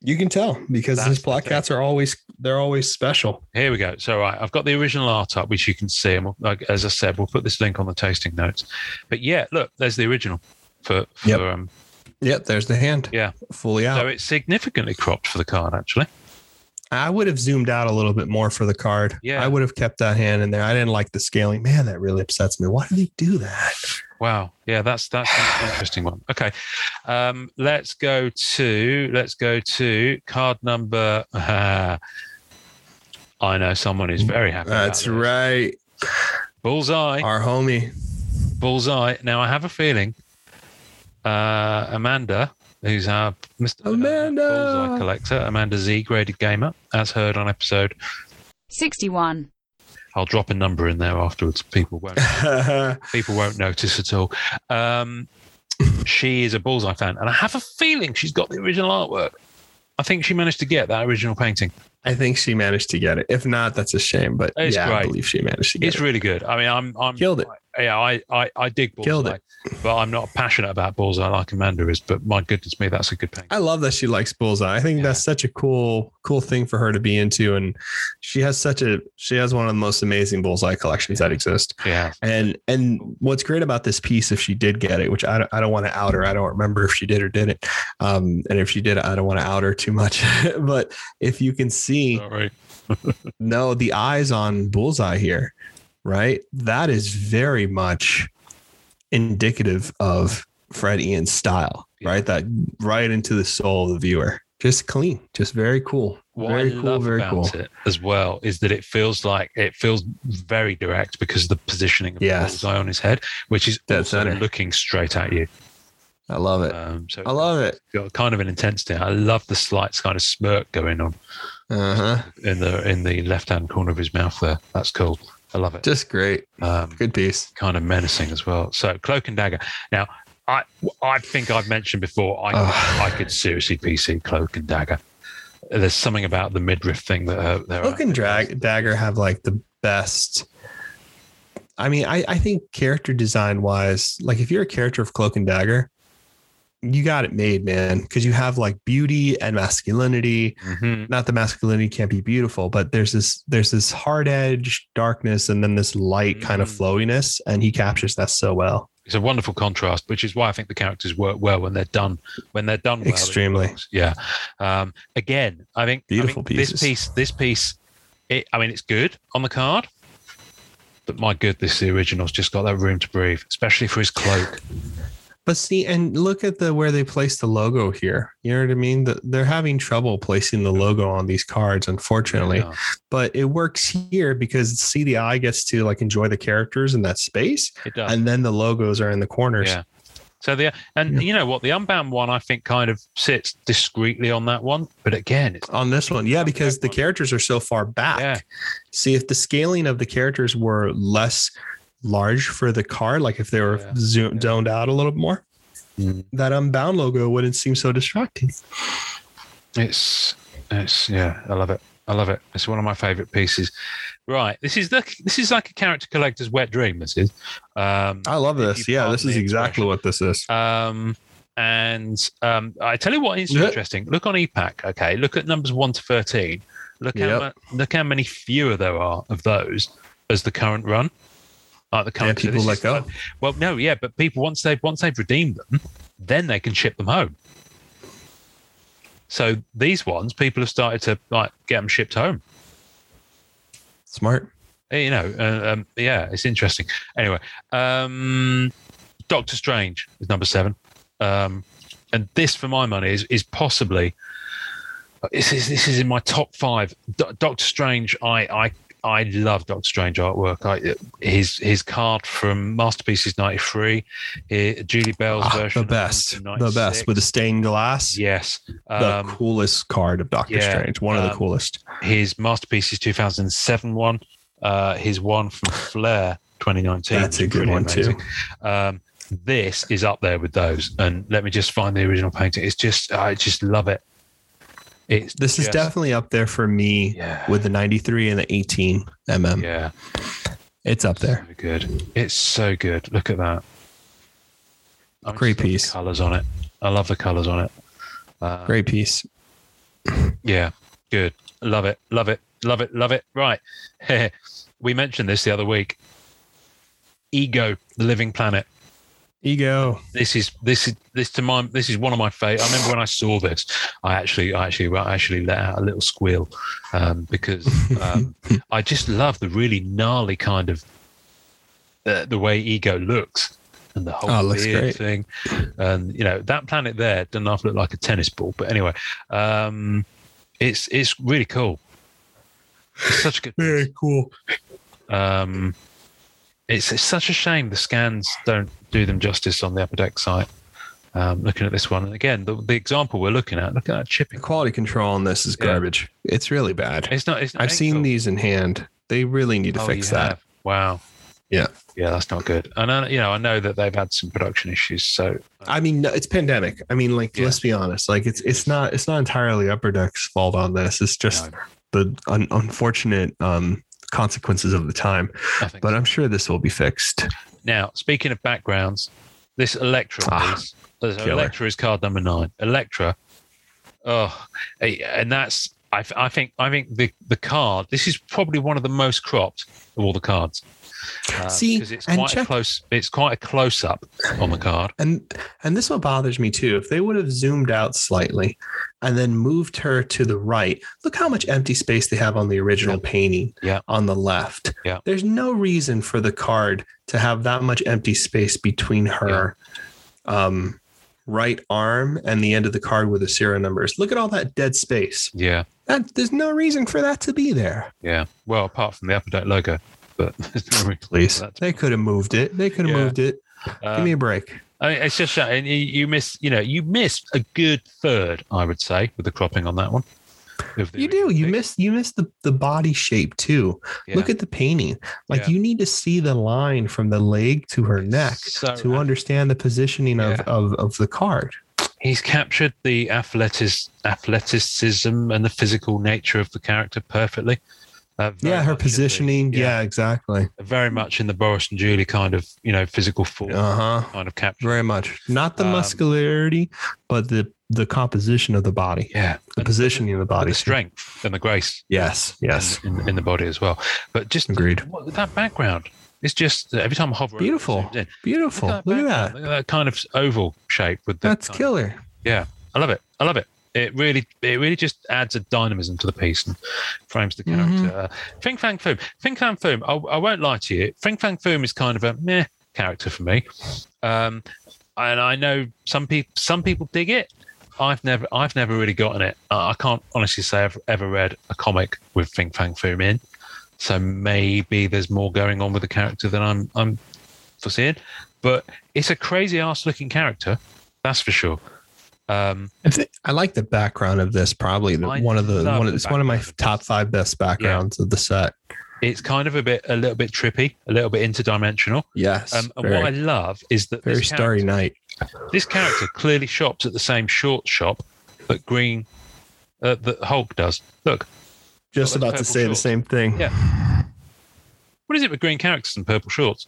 Speaker 3: You can tell because
Speaker 2: That's
Speaker 3: his
Speaker 2: the
Speaker 3: black
Speaker 2: thing.
Speaker 3: cats are always they're always special.
Speaker 2: Here we go. So, right, I've got the original art up, which you can see. And we'll, like, as I said, we'll put this link on the tasting notes. But yeah, look, there's the original for, for
Speaker 3: Yep.
Speaker 2: um,
Speaker 3: Yep, there's the hand.
Speaker 2: Yeah.
Speaker 3: fully out.
Speaker 2: so it's significantly cropped for the card, actually.
Speaker 3: I would have zoomed out a little bit more for the card.
Speaker 2: Yeah.
Speaker 3: I would have kept that hand in there. I didn't like the scaling. Man, that really upsets me. Why do they do that?
Speaker 2: Wow. Yeah, that's that's an interesting one. Okay. Um, let's go to let's go to card number. I know someone is very happy. about
Speaker 3: Mm, That's
Speaker 2: this.
Speaker 3: right.
Speaker 2: Bullseye.
Speaker 3: Our homie.
Speaker 2: Bullseye. Now I have a feeling uh, Amanda, who's our Mr. uh,
Speaker 3: Amanda!
Speaker 2: Bullseye collector, Amanda Z, graded gamer, as heard on episode.
Speaker 4: 61.
Speaker 2: I'll drop a number in there afterwards. People won't. people won't notice at all. Um, she is a Bullseye fan, and I have a feeling she's got the original artwork. I think she managed to get that original painting.
Speaker 3: I think she managed to get it. If not, that's a shame. But
Speaker 2: It's
Speaker 3: yeah, I
Speaker 2: great.
Speaker 3: believe she managed to get
Speaker 2: It's
Speaker 3: it.
Speaker 2: really good. I mean, I'm, I'm
Speaker 3: Killed it.
Speaker 2: Yeah, I, I, I dig Bullseye,
Speaker 3: Killed
Speaker 2: but I'm not passionate about Bullseye like Amanda is. But my goodness me, that's a good painting.
Speaker 3: I love that she likes bullseye. I think
Speaker 2: Yeah.
Speaker 3: that's such a cool, cool thing for her to be into. And she has such a she has one of the most amazing bullseye collections that exist.
Speaker 2: Yeah,
Speaker 3: And and what's great about this piece, if she did get it, which I don't, I don't want to out her. I don't remember if she did or didn't. Um, and if she did, I don't want to out her too much. but if you can see,
Speaker 2: sorry.
Speaker 3: no, the eyes on bullseye here, right? That is very much indicative of Fred Ian's style,
Speaker 2: Yeah.
Speaker 3: right? That right into the soul of the viewer. Just clean, just very cool.
Speaker 2: What
Speaker 3: very
Speaker 2: I love about it as well is that it feels like it feels very direct because of the positioning of
Speaker 3: Yes.
Speaker 2: Bullseye on his head, which is
Speaker 3: Dead
Speaker 2: also
Speaker 3: center.
Speaker 2: looking straight at you.
Speaker 3: I love it.
Speaker 2: Um, so
Speaker 3: I love it.
Speaker 2: got kind of an intensity. I love the slight kind of smirk going on
Speaker 3: Uh huh.
Speaker 2: in the in the left hand corner of his mouth. There, that's cool. I love it.
Speaker 3: Just great.
Speaker 2: Um,
Speaker 3: Good piece.
Speaker 2: kind of menacing as well. So cloak and dagger. Now, I I think I've mentioned before. I
Speaker 3: Ugh.
Speaker 2: I could seriously PC cloak and dagger. There's something about the midriff thing that uh, there.
Speaker 3: Cloak and drag, Dagger have like the best. I mean, I, I think character design wise, like if you're a character of Cloak and Dagger, you got it made, man, because you have like beauty and masculinity.
Speaker 2: Mhm.
Speaker 3: Not that masculinity can't be beautiful, but there's this there's this hard edge darkness and then this light kind of
Speaker 2: Mhm.
Speaker 3: flowiness, and he captures that so well.
Speaker 2: it's a wonderful contrast, which is why I think the characters work well when they're done. When they're done well, it
Speaker 3: Extremely.
Speaker 2: works. Yeah. Um, again, I think I think
Speaker 3: Beautiful pieces.
Speaker 2: This piece, this piece, it. I mean, it's good on the card, but my good, this the original's just got that room to breathe, especially for his cloak.
Speaker 3: But see, and look at the where they placed the logo here. You know what I mean? The, they're having trouble placing the logo on these cards, unfortunately.
Speaker 2: Yeah.
Speaker 3: But it works here because CDI gets to like enjoy the characters in that space,
Speaker 2: it does.
Speaker 3: and then the logos are in the corners.
Speaker 2: Yeah. So the and
Speaker 3: Yeah.
Speaker 2: you know what the unbound one I think kind of sits discreetly on that one, but again, it's
Speaker 3: On this one, yeah, because the characters are so far back.
Speaker 2: yeah,
Speaker 3: See, if the scaling of the characters were less large for the card, like if they were
Speaker 2: Yeah.
Speaker 3: zoomed
Speaker 2: Yeah.
Speaker 3: zoned out a little more,
Speaker 2: Mm.
Speaker 3: that unbound logo wouldn't seem so distracting.
Speaker 2: it's it's yeah, I love it. I love it. It's one of my favorite pieces. Right, this is the this is like a character collector's wet dream. This is, um,
Speaker 3: I love
Speaker 2: If
Speaker 3: this.
Speaker 2: you
Speaker 3: Yeah,
Speaker 2: pardon
Speaker 3: this is
Speaker 2: the
Speaker 3: exactly
Speaker 2: expression.
Speaker 3: what this is.
Speaker 2: um, and um, I tell you what is
Speaker 3: Yeah.
Speaker 2: interesting. Look on EPAC. Okay, look at numbers one to thirteen. Look how
Speaker 3: Yep.
Speaker 2: mu- look how many fewer there are of those as the current run. Like the
Speaker 3: Yeah,
Speaker 2: current so
Speaker 3: people
Speaker 2: this
Speaker 3: let
Speaker 2: is-
Speaker 3: go.
Speaker 2: Well, no, yeah, but people once they've once they've redeemed them, then they can ship them home. So these ones, people have started to like get them shipped home.
Speaker 3: Smart.
Speaker 2: You know, uh, um, yeah, it's interesting. Anyway, um, Doctor Strange is number seven, um, and this, for my money, is is possibly this is this is in my top five. Do- Doctor Strange, I I. I love Doctor Strange artwork. I, his his card from Masterpieces '93, Julie Bell's
Speaker 3: Ah,
Speaker 2: version,
Speaker 3: the best.
Speaker 2: from
Speaker 3: The best
Speaker 2: 96.
Speaker 3: with the stained glass.
Speaker 2: Yes.
Speaker 3: the
Speaker 2: Um,
Speaker 3: coolest card of Doctor
Speaker 2: yeah,
Speaker 3: Strange. One of the
Speaker 2: um,
Speaker 3: coolest.
Speaker 2: his masterpiece is 2007 one. Uh, his one from Flair 2019.
Speaker 3: That's a
Speaker 2: which is
Speaker 3: good
Speaker 2: pretty
Speaker 3: one
Speaker 2: amazing. Um, this is up there with those. And let me just find the original painting. It's just, I just love it. It's
Speaker 3: This is
Speaker 2: just-
Speaker 3: definitely up there for me
Speaker 2: yeah,
Speaker 3: with the 93 and the 18 mm.
Speaker 2: yeah,
Speaker 3: It's up
Speaker 2: so
Speaker 3: there.
Speaker 2: good. It's so good. Look at that. I
Speaker 3: Great
Speaker 2: just love the
Speaker 3: piece.
Speaker 2: Colors on it. I love the colors on it. Uh,
Speaker 3: Great piece.
Speaker 2: Yeah, good. Love it. Love it. Love it. Love it. Right. we mentioned this the other week. Ego, the living planet.
Speaker 3: Ego.
Speaker 2: This is this is this to my this is one of my favorite. I remember when I saw this, I actually I actually I actually let out a little squeal um, because um, I just love the really gnarly kind of uh, the way ego looks and the whole
Speaker 3: Oh, it looks
Speaker 2: beard
Speaker 3: great.
Speaker 2: thing, and you know that planet there doesn't half look like a tennis ball. But anyway, um, it's it's really cool. It's such a good.
Speaker 3: Very cool.
Speaker 2: Um, it's, it's such a shame the scans don't do them justice on the upper deck site. Um, looking at this one, and again, the, the example we're looking at, look at that
Speaker 3: The
Speaker 2: chipping.
Speaker 3: quality control on this is
Speaker 2: Yeah.
Speaker 3: garbage. It's really bad.
Speaker 2: It's not. It's not
Speaker 3: I've seen
Speaker 2: cool.
Speaker 3: these in hand. They really need to
Speaker 2: Oh,
Speaker 3: fix
Speaker 2: you
Speaker 3: that.
Speaker 2: have? Wow.
Speaker 3: Yeah.
Speaker 2: Yeah, that's not good. And I, you know, I know that they've had some production issues. So
Speaker 3: I mean, no, it's pandemic. I mean, like,
Speaker 2: Yeah.
Speaker 3: let's be honest. Like, it's it's not it's not entirely Upper Deck's fault on this. It's just
Speaker 2: No.
Speaker 3: the un- unfortunate um, consequences of the time.
Speaker 2: I think.
Speaker 3: But I'm sure this will be fixed.
Speaker 2: now, speaking of backgrounds, this Electra
Speaker 3: Ah,
Speaker 2: piece. So
Speaker 3: killer.
Speaker 2: Electra is card number nine. Electra. Oh, eh, and that's. I, th- I think I think the, the card. This is probably one of the most cropped of all the cards. Uh,
Speaker 3: See,
Speaker 2: because it's
Speaker 3: and
Speaker 2: quite a
Speaker 3: check-
Speaker 2: close. It's quite a close up on the card.
Speaker 3: And and this one bothers me too. If they would have zoomed out slightly and then moved her to the right, look how much empty space they have on the original painting
Speaker 2: Yeah.
Speaker 3: on the left.
Speaker 2: Yeah.
Speaker 3: There's no reason for the card to have that much empty space between her um, right arm and the end of the card with the serial numbers. Look at all that dead space.
Speaker 2: Yeah,
Speaker 3: That there's no reason for that to be there.
Speaker 2: yeah. Well, apart from the upper deck logo, but there's no reason.
Speaker 3: Please.
Speaker 2: That's-
Speaker 3: They could have moved it. They could have
Speaker 2: Yeah.
Speaker 3: moved it. Give
Speaker 2: Um,
Speaker 3: me a break.
Speaker 2: I mean, it's just that, and you, you miss, you know, you missed a good third, I would say, with the cropping on that one. Of the
Speaker 3: You do. You
Speaker 2: original
Speaker 3: miss you miss the, the body shape too.
Speaker 2: pic.
Speaker 3: Look
Speaker 2: Yeah.
Speaker 3: at the painting. Like
Speaker 2: Yeah.
Speaker 3: you need to see the line from the leg to her
Speaker 2: It's
Speaker 3: neck
Speaker 2: so
Speaker 3: to
Speaker 2: ath-
Speaker 3: understand the positioning
Speaker 2: Yeah.
Speaker 3: of, of of the card.
Speaker 2: he's captured the athletic athleticism and the physical nature of the character perfectly. Uh, very
Speaker 3: yeah,
Speaker 2: much in
Speaker 3: her
Speaker 2: the-
Speaker 3: positioning.
Speaker 2: yeah.
Speaker 3: yeah. exactly.
Speaker 2: very much in the Boris and Julie kind of, you know, physical form
Speaker 3: Uh huh.
Speaker 2: kind of capture.
Speaker 3: Very much. Not the
Speaker 2: Um,
Speaker 3: muscularity, but the the composition of the body,
Speaker 2: Yeah,
Speaker 3: the positioning of the
Speaker 2: but
Speaker 3: body.
Speaker 2: the strength and the grace
Speaker 3: Yes. Yes.
Speaker 2: in, in the body as well. But just
Speaker 3: Agreed.
Speaker 2: what, that background, It's just that every time I hover, over it, it
Speaker 3: Beautiful.
Speaker 2: zooms in.
Speaker 3: Beautiful.
Speaker 2: Look at that
Speaker 3: Look at
Speaker 2: background.
Speaker 3: that.
Speaker 2: Look at that kind of oval shape with the
Speaker 3: That's
Speaker 2: kind of-
Speaker 3: killer.
Speaker 2: Yeah, I love it. I love it. It really, it really just adds a dynamism to the piece and frames the character. Uh, Fing Fang Foom. Fing Fang Foom. I, I won't lie to you. Fing Fang Foom is kind of a meh character for me. Um, and I know some people, some people dig it. I've never, I've never really gotten it. Uh, I can't honestly say I've ever read a comic with Fing Fang Foom in. So maybe there's more going on with the character than I'm, I'm foreseeing. But it's a crazy ass looking character, that's for sure. Um,
Speaker 3: I, thi- I like the background of this. Probably the,
Speaker 2: I
Speaker 3: one of the
Speaker 2: love
Speaker 3: one.
Speaker 2: the
Speaker 3: Of, it's one of my
Speaker 2: background of this.
Speaker 3: top five best backgrounds of the set.
Speaker 2: it's kind of a bit, a little bit trippy, a little bit interdimensional.
Speaker 3: Yes,
Speaker 2: Um, and
Speaker 3: very,
Speaker 2: what I love is that
Speaker 3: very
Speaker 2: this
Speaker 3: starry
Speaker 2: character,
Speaker 3: night.
Speaker 2: this character clearly shops at the same short shop that Green, uh, that Hulk does. Look,
Speaker 3: Just
Speaker 2: those
Speaker 3: about to
Speaker 2: purple
Speaker 3: say the
Speaker 2: shorts.
Speaker 3: same thing.
Speaker 2: Yeah. what is it with green characters and purple shorts?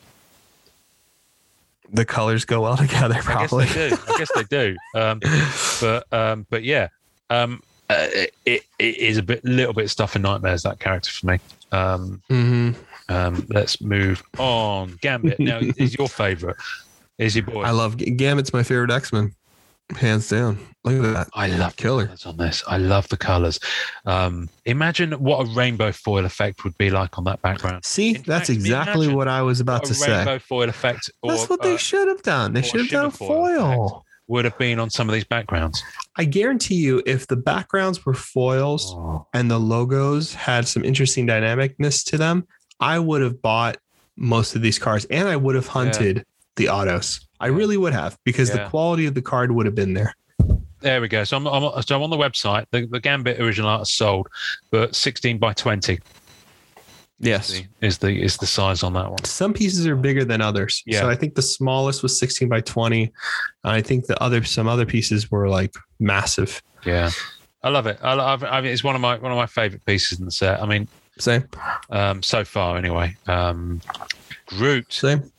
Speaker 3: The colors go well together.
Speaker 2: I guess
Speaker 3: Probably.
Speaker 2: they do. I guess they do. Um, but um, but yeah, um, uh, it, it is a bit, little bit stuff and nightmares that character for me. Um,
Speaker 3: hmm
Speaker 2: Um, let's move on. Gambit now is your favorite. Is your boy?
Speaker 3: I love Gambit's my favorite X Men, hands down. Look at that.
Speaker 2: I love the
Speaker 3: Killer.
Speaker 2: colours on this. I love the colors. Um, imagine what a rainbow foil effect would be like on that background.
Speaker 3: See,
Speaker 2: In fact,
Speaker 3: that's exactly
Speaker 2: imagine
Speaker 3: what I was about
Speaker 2: What
Speaker 3: to
Speaker 2: a
Speaker 3: say.
Speaker 2: rainbow foil effect or,
Speaker 3: That's what they
Speaker 2: uh,
Speaker 3: should have done.
Speaker 2: or
Speaker 3: They
Speaker 2: a
Speaker 3: should have done a
Speaker 2: shimmer foil effect.
Speaker 3: foil.
Speaker 2: would have been on some of these backgrounds.
Speaker 3: I guarantee you, if the backgrounds were foils
Speaker 2: Oh,
Speaker 3: and the logos had some interesting dynamicness to them, I would have bought most of these cars and I would have hunted the autos. I really would have because
Speaker 2: Yeah.
Speaker 3: the quality of the card would have been there.
Speaker 2: there we go. So I'm, I'm, so I'm on the website. The, the Gambit original art is sold, but 16 by 20
Speaker 3: Yes.
Speaker 2: is the is the size on that one.
Speaker 3: Some pieces are bigger than others.
Speaker 2: Yeah.
Speaker 3: So I think the smallest was 16 by 20. And I think the other some other pieces were like massive.
Speaker 2: Yeah, I love it. I, love, I mean, it's one of my one of my favorite pieces in the set. I mean,
Speaker 3: Same,
Speaker 2: um, so far anyway. Um, Groot,
Speaker 3: same.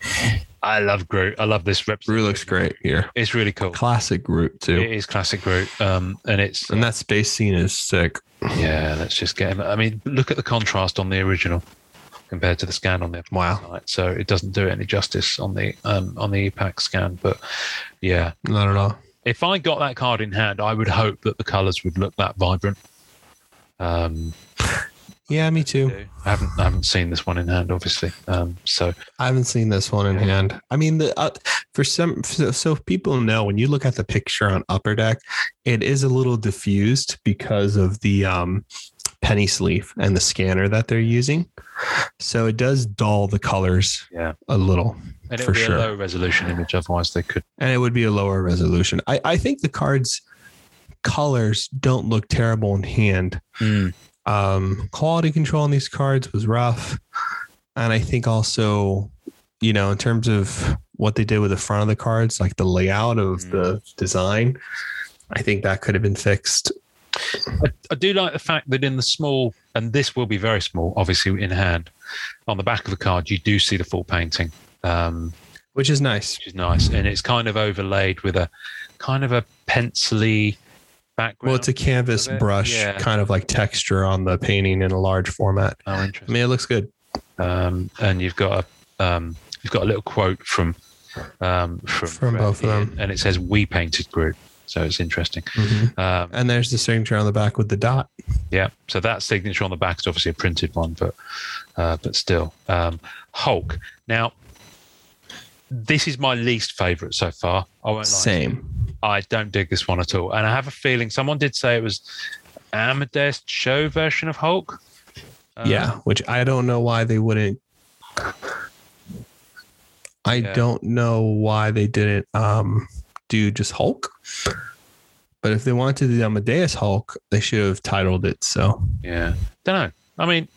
Speaker 2: I love Groot. I love this rep.
Speaker 3: Rue looks great here.
Speaker 2: It's really cool.
Speaker 3: Classic Groot
Speaker 2: It
Speaker 3: too.
Speaker 2: is classic Groot, um, and it's
Speaker 3: And that space scene is sick.
Speaker 2: yeah. Let's just get him. I mean, look at the contrast on the original compared to the scan on the
Speaker 3: Wow.
Speaker 2: site. So it doesn't do it any justice on the um, on the EPAC scan. But yeah,
Speaker 3: Not at all.
Speaker 2: if I got that card in hand, I would hope that the colours would look that vibrant. Um,
Speaker 3: Yeah, me too.
Speaker 2: I haven't I haven't seen this one in hand, obviously. Um, so
Speaker 3: I haven't seen this one in
Speaker 2: Yeah.
Speaker 3: hand. I mean, the uh, for some so, so people know when you look at the picture on Upper Deck, it is a little diffused because of the um, penny sleeve and the scanner that they're using. So it does dull the colors
Speaker 2: Yeah.
Speaker 3: a little,
Speaker 2: and it
Speaker 3: For
Speaker 2: would be
Speaker 3: sure.
Speaker 2: a low resolution image. Otherwise, they could.
Speaker 3: and it would be a lower resolution. I, I think the cards colors don't look terrible in hand. um, quality control on these cards was rough. And I think also, you know, in terms of what they did with the front of the cards, like the layout of
Speaker 2: Mm.
Speaker 3: the design, I think that could have been fixed.
Speaker 2: I do like the fact that in the small, and this will be very small, obviously in hand, on the back of the card, you do see the full painting, um,
Speaker 3: Which is nice.
Speaker 2: which is nice, and it's kind of overlaid with a kind of a pencily background.
Speaker 3: Well, it's a canvas
Speaker 2: of it.
Speaker 3: brush
Speaker 2: Yeah.
Speaker 3: kind of like texture on the painting in a large format.
Speaker 2: oh,
Speaker 3: I
Speaker 2: interesting.
Speaker 3: mean, it looks good.
Speaker 2: Um, and you've got a um, you've got a little quote from um, from,
Speaker 3: From both of them.
Speaker 2: and it says "We painted Groot," so it's interesting. Um,
Speaker 3: And there's the signature on the back with the dot.
Speaker 2: Yeah. So that signature on the back is obviously a printed one, but uh, but still, um, Hulk. Now, this is my least favorite so far. I won't lie.
Speaker 3: Same.
Speaker 2: I don't dig this one at all, and I have a feeling someone did say it was Amadeus show version of Hulk. Um,
Speaker 3: yeah. Which I don't know why they wouldn't. I
Speaker 2: Yeah.
Speaker 3: don't know why they didn't um, do just Hulk. But if they wanted to do the Amadeus Hulk, they should have titled it so.
Speaker 2: Yeah. Don't know. I mean,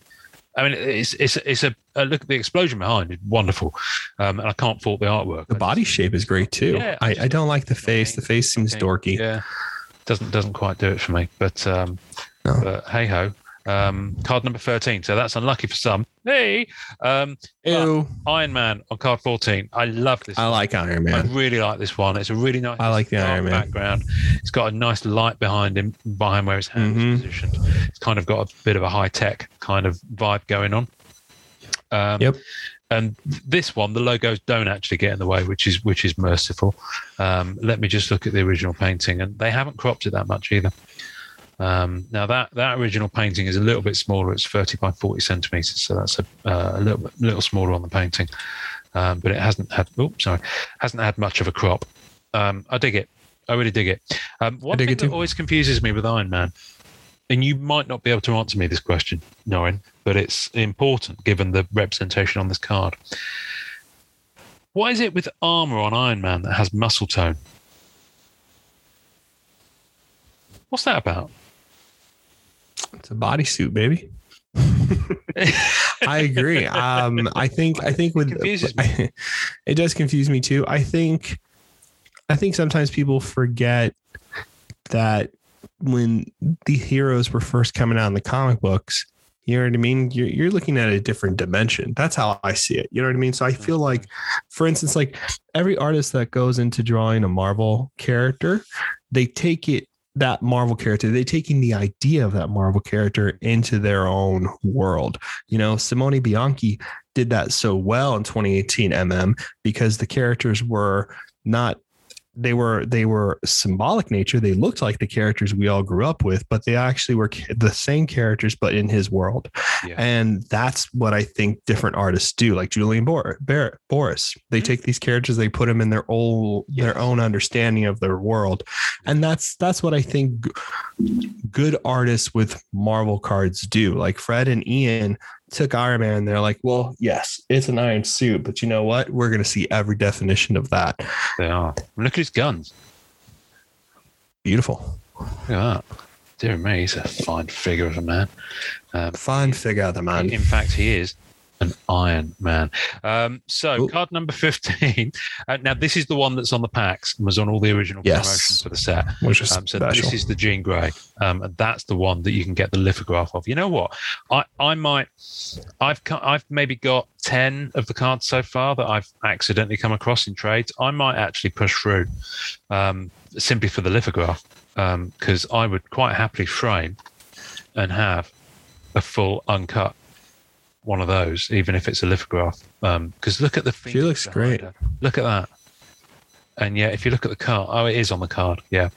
Speaker 2: I mean, it's it's it's a, a look at the explosion behind it. Wonderful, um, and I can't fault the artwork.
Speaker 3: The body shape is great too.
Speaker 2: Yeah, I
Speaker 3: I,
Speaker 2: just-
Speaker 3: I don't like the face. The face seems
Speaker 2: Okay.
Speaker 3: dorky.
Speaker 2: Yeah, doesn't doesn't quite do it for me. But um,
Speaker 3: No.
Speaker 2: but hey ho. Um, card number thirteen. So that's unlucky for some. Hey, um,
Speaker 3: Ew.
Speaker 2: Iron Man on card fourteen. I love this.
Speaker 3: I like Iron
Speaker 2: I
Speaker 3: Man.
Speaker 2: really like this one. It's a really nice.
Speaker 3: I like the
Speaker 2: dark
Speaker 3: Iron Man.
Speaker 2: background. It's got a nice light behind him, behind where his hand
Speaker 3: Mhm.
Speaker 2: is positioned. It's kind of got a bit of a high tech kind of vibe going on. Um,
Speaker 3: Yep.
Speaker 2: And this one, the logos don't actually get in the way, which is which is merciful. Um, let me just look at the original painting, and they haven't cropped it that much either. Um, now that that original painting is a little bit smaller; it's thirty by forty centimeters, so that's a, uh, a little bit- little smaller on the painting. Um, but it hasn't had oh sorry hasn't had much of a crop. Um, I dig it. I really dig it. Um, one
Speaker 3: dig
Speaker 2: thing
Speaker 3: it
Speaker 2: that
Speaker 3: too.
Speaker 2: always confuses me with Iron Man, and you might not be able to answer me this question, Norrin, but it's important given the representation on this card. Why is it with armor on Iron Man that has muscle tone? What's that about?
Speaker 3: It's a bodysuit, baby. I agree. Um, I think I think with
Speaker 2: Confuses
Speaker 3: it does confuse me too. I think I think sometimes people forget that when the heroes were first coming out in the comic books, you know what I mean. You're, you're looking at a different dimension. That's how I see it. You know what I mean. So I feel like, for instance, like every artist that goes into drawing a Marvel character, they take it that Marvel character. They're taking the idea of that Marvel character into their own world. You know, Simone Bianchi did that so well in 2018 MM because the characters were not they were they were symbolic nature they looked like the characters we all grew up with but they actually were ca- the same characters but in his world
Speaker 2: Yeah.
Speaker 3: and that's what i think different artists do like julian Bor- Barrett, boris they take these characters they put them in their old their own understanding of their world and that's that's what i think g- good artists with marvel cards do like fred and ian took iron man and they're like well yes it's an iron suit but you know what we're going to see every definition of that
Speaker 2: They are. And Look at his guns.
Speaker 3: beautiful
Speaker 2: Look at that. Dear me, he's a fine figure of a man.
Speaker 3: fine figure the man
Speaker 2: In fact, he is an Iron Man. Um, so,
Speaker 3: Ooh.
Speaker 2: card number 15. Uh, now, this is the one that's on the packs and was on all the original
Speaker 3: Yes.
Speaker 2: promotions for the set.
Speaker 3: which is
Speaker 2: Um, so,
Speaker 3: special
Speaker 2: this is the Jean Grey. Um, and that's the one that you can get the lithograph of. You know what? I, I might, I've, co- I've maybe got 10 of the cards so far that I've accidentally come across in trades. I might actually push through um, simply for the lithograph because I would quite happily frame and have a full uncut one of those, even if it's a lithograph. Because look at the
Speaker 3: She looks
Speaker 2: behind
Speaker 3: great.
Speaker 2: her. Look at that. And yeah, if you look at the card, oh, it is on the card. Yeah.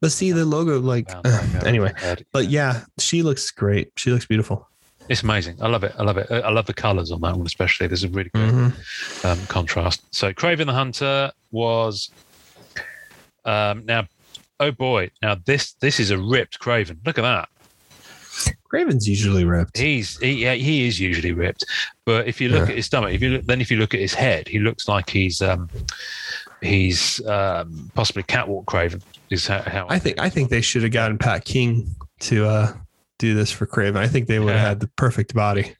Speaker 3: but see the logo like
Speaker 2: Bound
Speaker 3: uh,
Speaker 2: back over
Speaker 3: anyway
Speaker 2: the head.
Speaker 3: but yeah she looks great she looks beautiful
Speaker 2: it's amazing. I love it. I love it. I I love the colors on that one, especially. There's a really good
Speaker 3: Mhm.
Speaker 2: um, contrast. So, Craven the Hunter was um, now. Oh boy! Now this this is a ripped Craven. Look at that.
Speaker 3: craven's usually ripped
Speaker 2: He's he yeah, he is usually ripped, but if you look
Speaker 3: Yeah.
Speaker 2: at his stomach, if you look, then if you look at his head, he looks like he's um he's um possibly catwalk Craven. Is how, how
Speaker 3: I think I think they should have gotten Pat King to uh, do this for Craven. I think they would have
Speaker 2: Yeah.
Speaker 3: had the perfect body.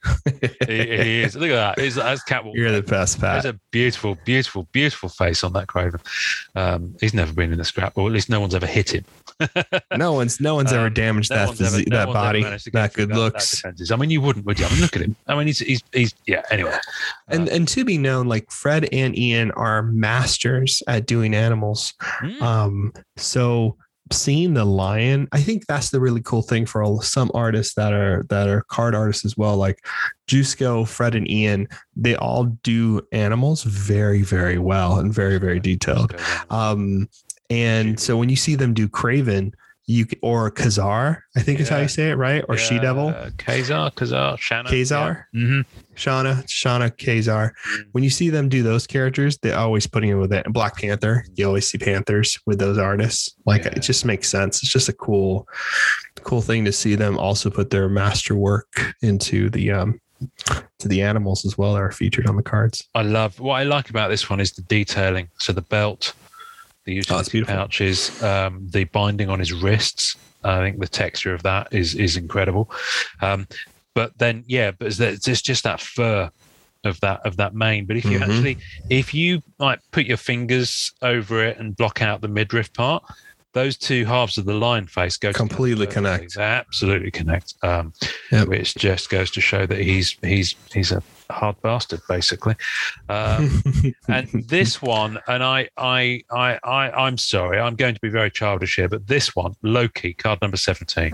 Speaker 2: he, he is. Look at that. He's, that's catwalk.
Speaker 3: You're the best,
Speaker 2: There's
Speaker 3: Pat.
Speaker 2: a beautiful, beautiful, beautiful face on that Craven. Um, he's never been in a scrap, or at least no one's ever hit him.
Speaker 3: no one's no one's
Speaker 2: um,
Speaker 3: ever damaged
Speaker 2: No
Speaker 3: that
Speaker 2: one's ever-
Speaker 3: physi-
Speaker 2: no
Speaker 3: that
Speaker 2: one's ever
Speaker 3: body,
Speaker 2: managed to get
Speaker 3: that
Speaker 2: through
Speaker 3: good
Speaker 2: that
Speaker 3: looks.
Speaker 2: defences. I mean, you wouldn't, would you? I mean, look at him. I mean, he's he's, he's yeah. Anyway,
Speaker 3: and and to be known, like Fred and Ian are masters at doing animals.
Speaker 2: Mm.
Speaker 3: Um, so seeing the lion, I think that's the really cool thing for all- some artists that are that are card artists as well, like Jusco, Fred, and Ian. They all do animals very, very well and very, very detailed. Um, and so when you see them do Craven, you c- or Kazar, I think is how
Speaker 2: Yeah.
Speaker 3: you say it, right? Or She Devil,
Speaker 2: Yeah, Kazar, Kazar, Shannon,
Speaker 3: Kazar,
Speaker 2: Yeah. Mhm.
Speaker 3: Shauna, Shauna, Kazar. When you see them do those characters, they're always putting in with it. And Black Panther, you always see Panthers with those artists. Like
Speaker 2: Yeah.
Speaker 3: it just makes sense. It's just a cool, cool thing to see them also put their masterwork into the um to the animals as well that are featured on the cards.
Speaker 2: I love what I like about this one is the detailing. So the belt, the
Speaker 3: Oh,
Speaker 2: utility
Speaker 3: it's beautiful.
Speaker 2: pouches, um, the binding on his wrists. I think the texture of that is is incredible. Um, but then, yeah, but it's, that- it's just that fur of that of that mane. But if you
Speaker 3: Mhm.
Speaker 2: actually, if you like, put your fingers over it and block out the midriff part. Those two halves of the lion face go together
Speaker 3: Completely
Speaker 2: perfectly.
Speaker 3: connect.
Speaker 2: They absolutely connect. Um,
Speaker 3: Yep.
Speaker 2: Which just goes to show that he's he's he's a hard bastard, basically. Um, and this one, and I, I, I, I, I'm sorry, I'm going to be very childish here, but this one, Loki, card number seventeen.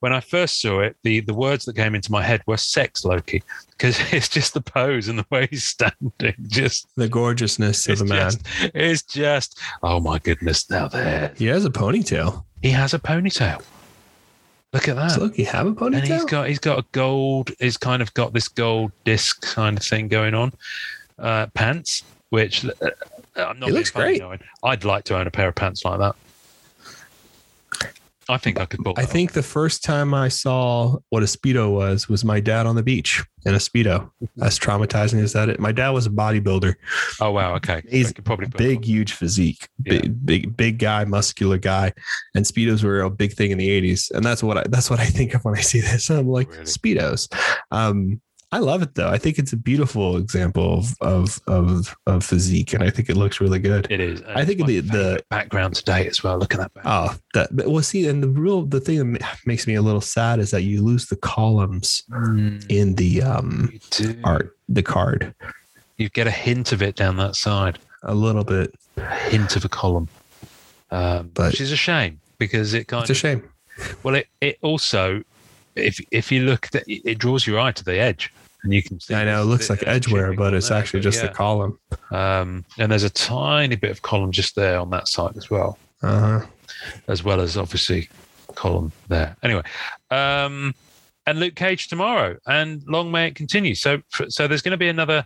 Speaker 2: When I first saw it, the the words that came into my head were "sex Loki" because it's just the pose and the way he's standing, just
Speaker 3: the gorgeousness of
Speaker 2: it's
Speaker 3: the man.
Speaker 2: just, it's just, oh my goodness, now there.
Speaker 3: He has a ponytail.
Speaker 2: He has a ponytail. Look at that.
Speaker 3: Does Loki have a ponytail?
Speaker 2: and he's got he's got a gold, he's kind of got this gold disc kind of thing going on. Uh, pants, which uh, I'm not
Speaker 3: It
Speaker 2: being
Speaker 3: looks
Speaker 2: funny,
Speaker 3: great.
Speaker 2: Owen. I'd like to own a pair of pants like that. I think I could buy
Speaker 3: I think the first time I saw what a speedo was was my dad on the beach in a speedo. As traumatizing as that, is. my dad was a bodybuilder,
Speaker 2: Oh wow, okay. So I
Speaker 3: He's
Speaker 2: could probably put
Speaker 3: big, huge physique, big, big, big guy, muscular guy, and speedos were a big thing in the '80s. And that's what I that's what I think of when I see this. I'm like
Speaker 2: Really?
Speaker 3: speedos. Um, I love it though. I think it's a beautiful example of of of, of physique, and I think it looks really good.
Speaker 2: it is. and
Speaker 3: I
Speaker 2: it's
Speaker 3: think
Speaker 2: my
Speaker 3: the- the-
Speaker 2: favourite background today as well. Look at that background.
Speaker 3: Oh, that but- well. See, and the real the thing that ma- makes me a little sad is that you lose the columns
Speaker 2: Mm,
Speaker 3: in the um
Speaker 2: you do.
Speaker 3: art the card
Speaker 2: You get a hint of it down that side.
Speaker 3: a little bit
Speaker 2: hint of a column, um,
Speaker 3: But-
Speaker 2: which is a shame because it kind
Speaker 3: it's a
Speaker 2: of
Speaker 3: shame
Speaker 2: well, it, it also if if you look, at it, it draws your eye to the edge, and you can. See
Speaker 3: i know it
Speaker 2: this-
Speaker 3: looks like
Speaker 2: there's a
Speaker 3: edgeware
Speaker 2: chipping
Speaker 3: but
Speaker 2: on
Speaker 3: it's
Speaker 2: there,
Speaker 3: actually
Speaker 2: but
Speaker 3: just the
Speaker 2: yeah.
Speaker 3: column
Speaker 2: Um, and there's a tiny bit of column just there on that side as well,
Speaker 3: uh-huh
Speaker 2: as well as obviously column there. Anyway, um, and Luke Cage tomorrow, and long may it continue. So so there's going to be another.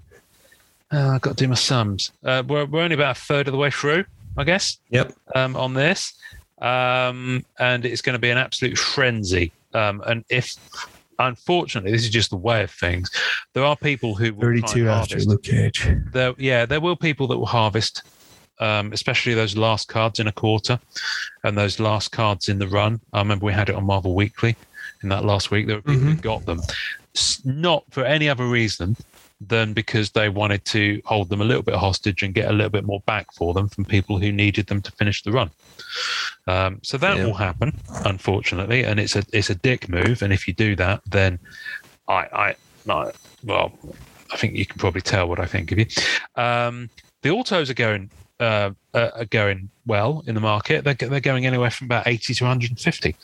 Speaker 2: Uh, I've got to do my sums. Uh, we're we're only about a third of the way through, I guess.
Speaker 3: yep
Speaker 2: um, on this, um, and it's going to be an absolute frenzy. Um, and if, unfortunately, this is just the way of things, there are people who will try
Speaker 3: 32
Speaker 2: and
Speaker 3: after
Speaker 2: harvest.
Speaker 3: luke cage
Speaker 2: There, yeah, there will people that will harvest, um, especially those last cards in a quarter, and those last cards in the run. I remember we had it on Marvel Weekly in that last week. There were people who got them, S- not for any other reason. Than because they wanted to hold them a little bit hostage and get a little bit more back for them from people who needed them to finish the run. Um, so that
Speaker 3: Yeah.
Speaker 2: will happen, unfortunately, and it's a it's a dick move. And if you do that, then I I, I well, I think you can probably tell what I think of you. Um, the autos are going uh, uh, are going well in the market. They're go- they're going anywhere from about eighty to one hundred and fifty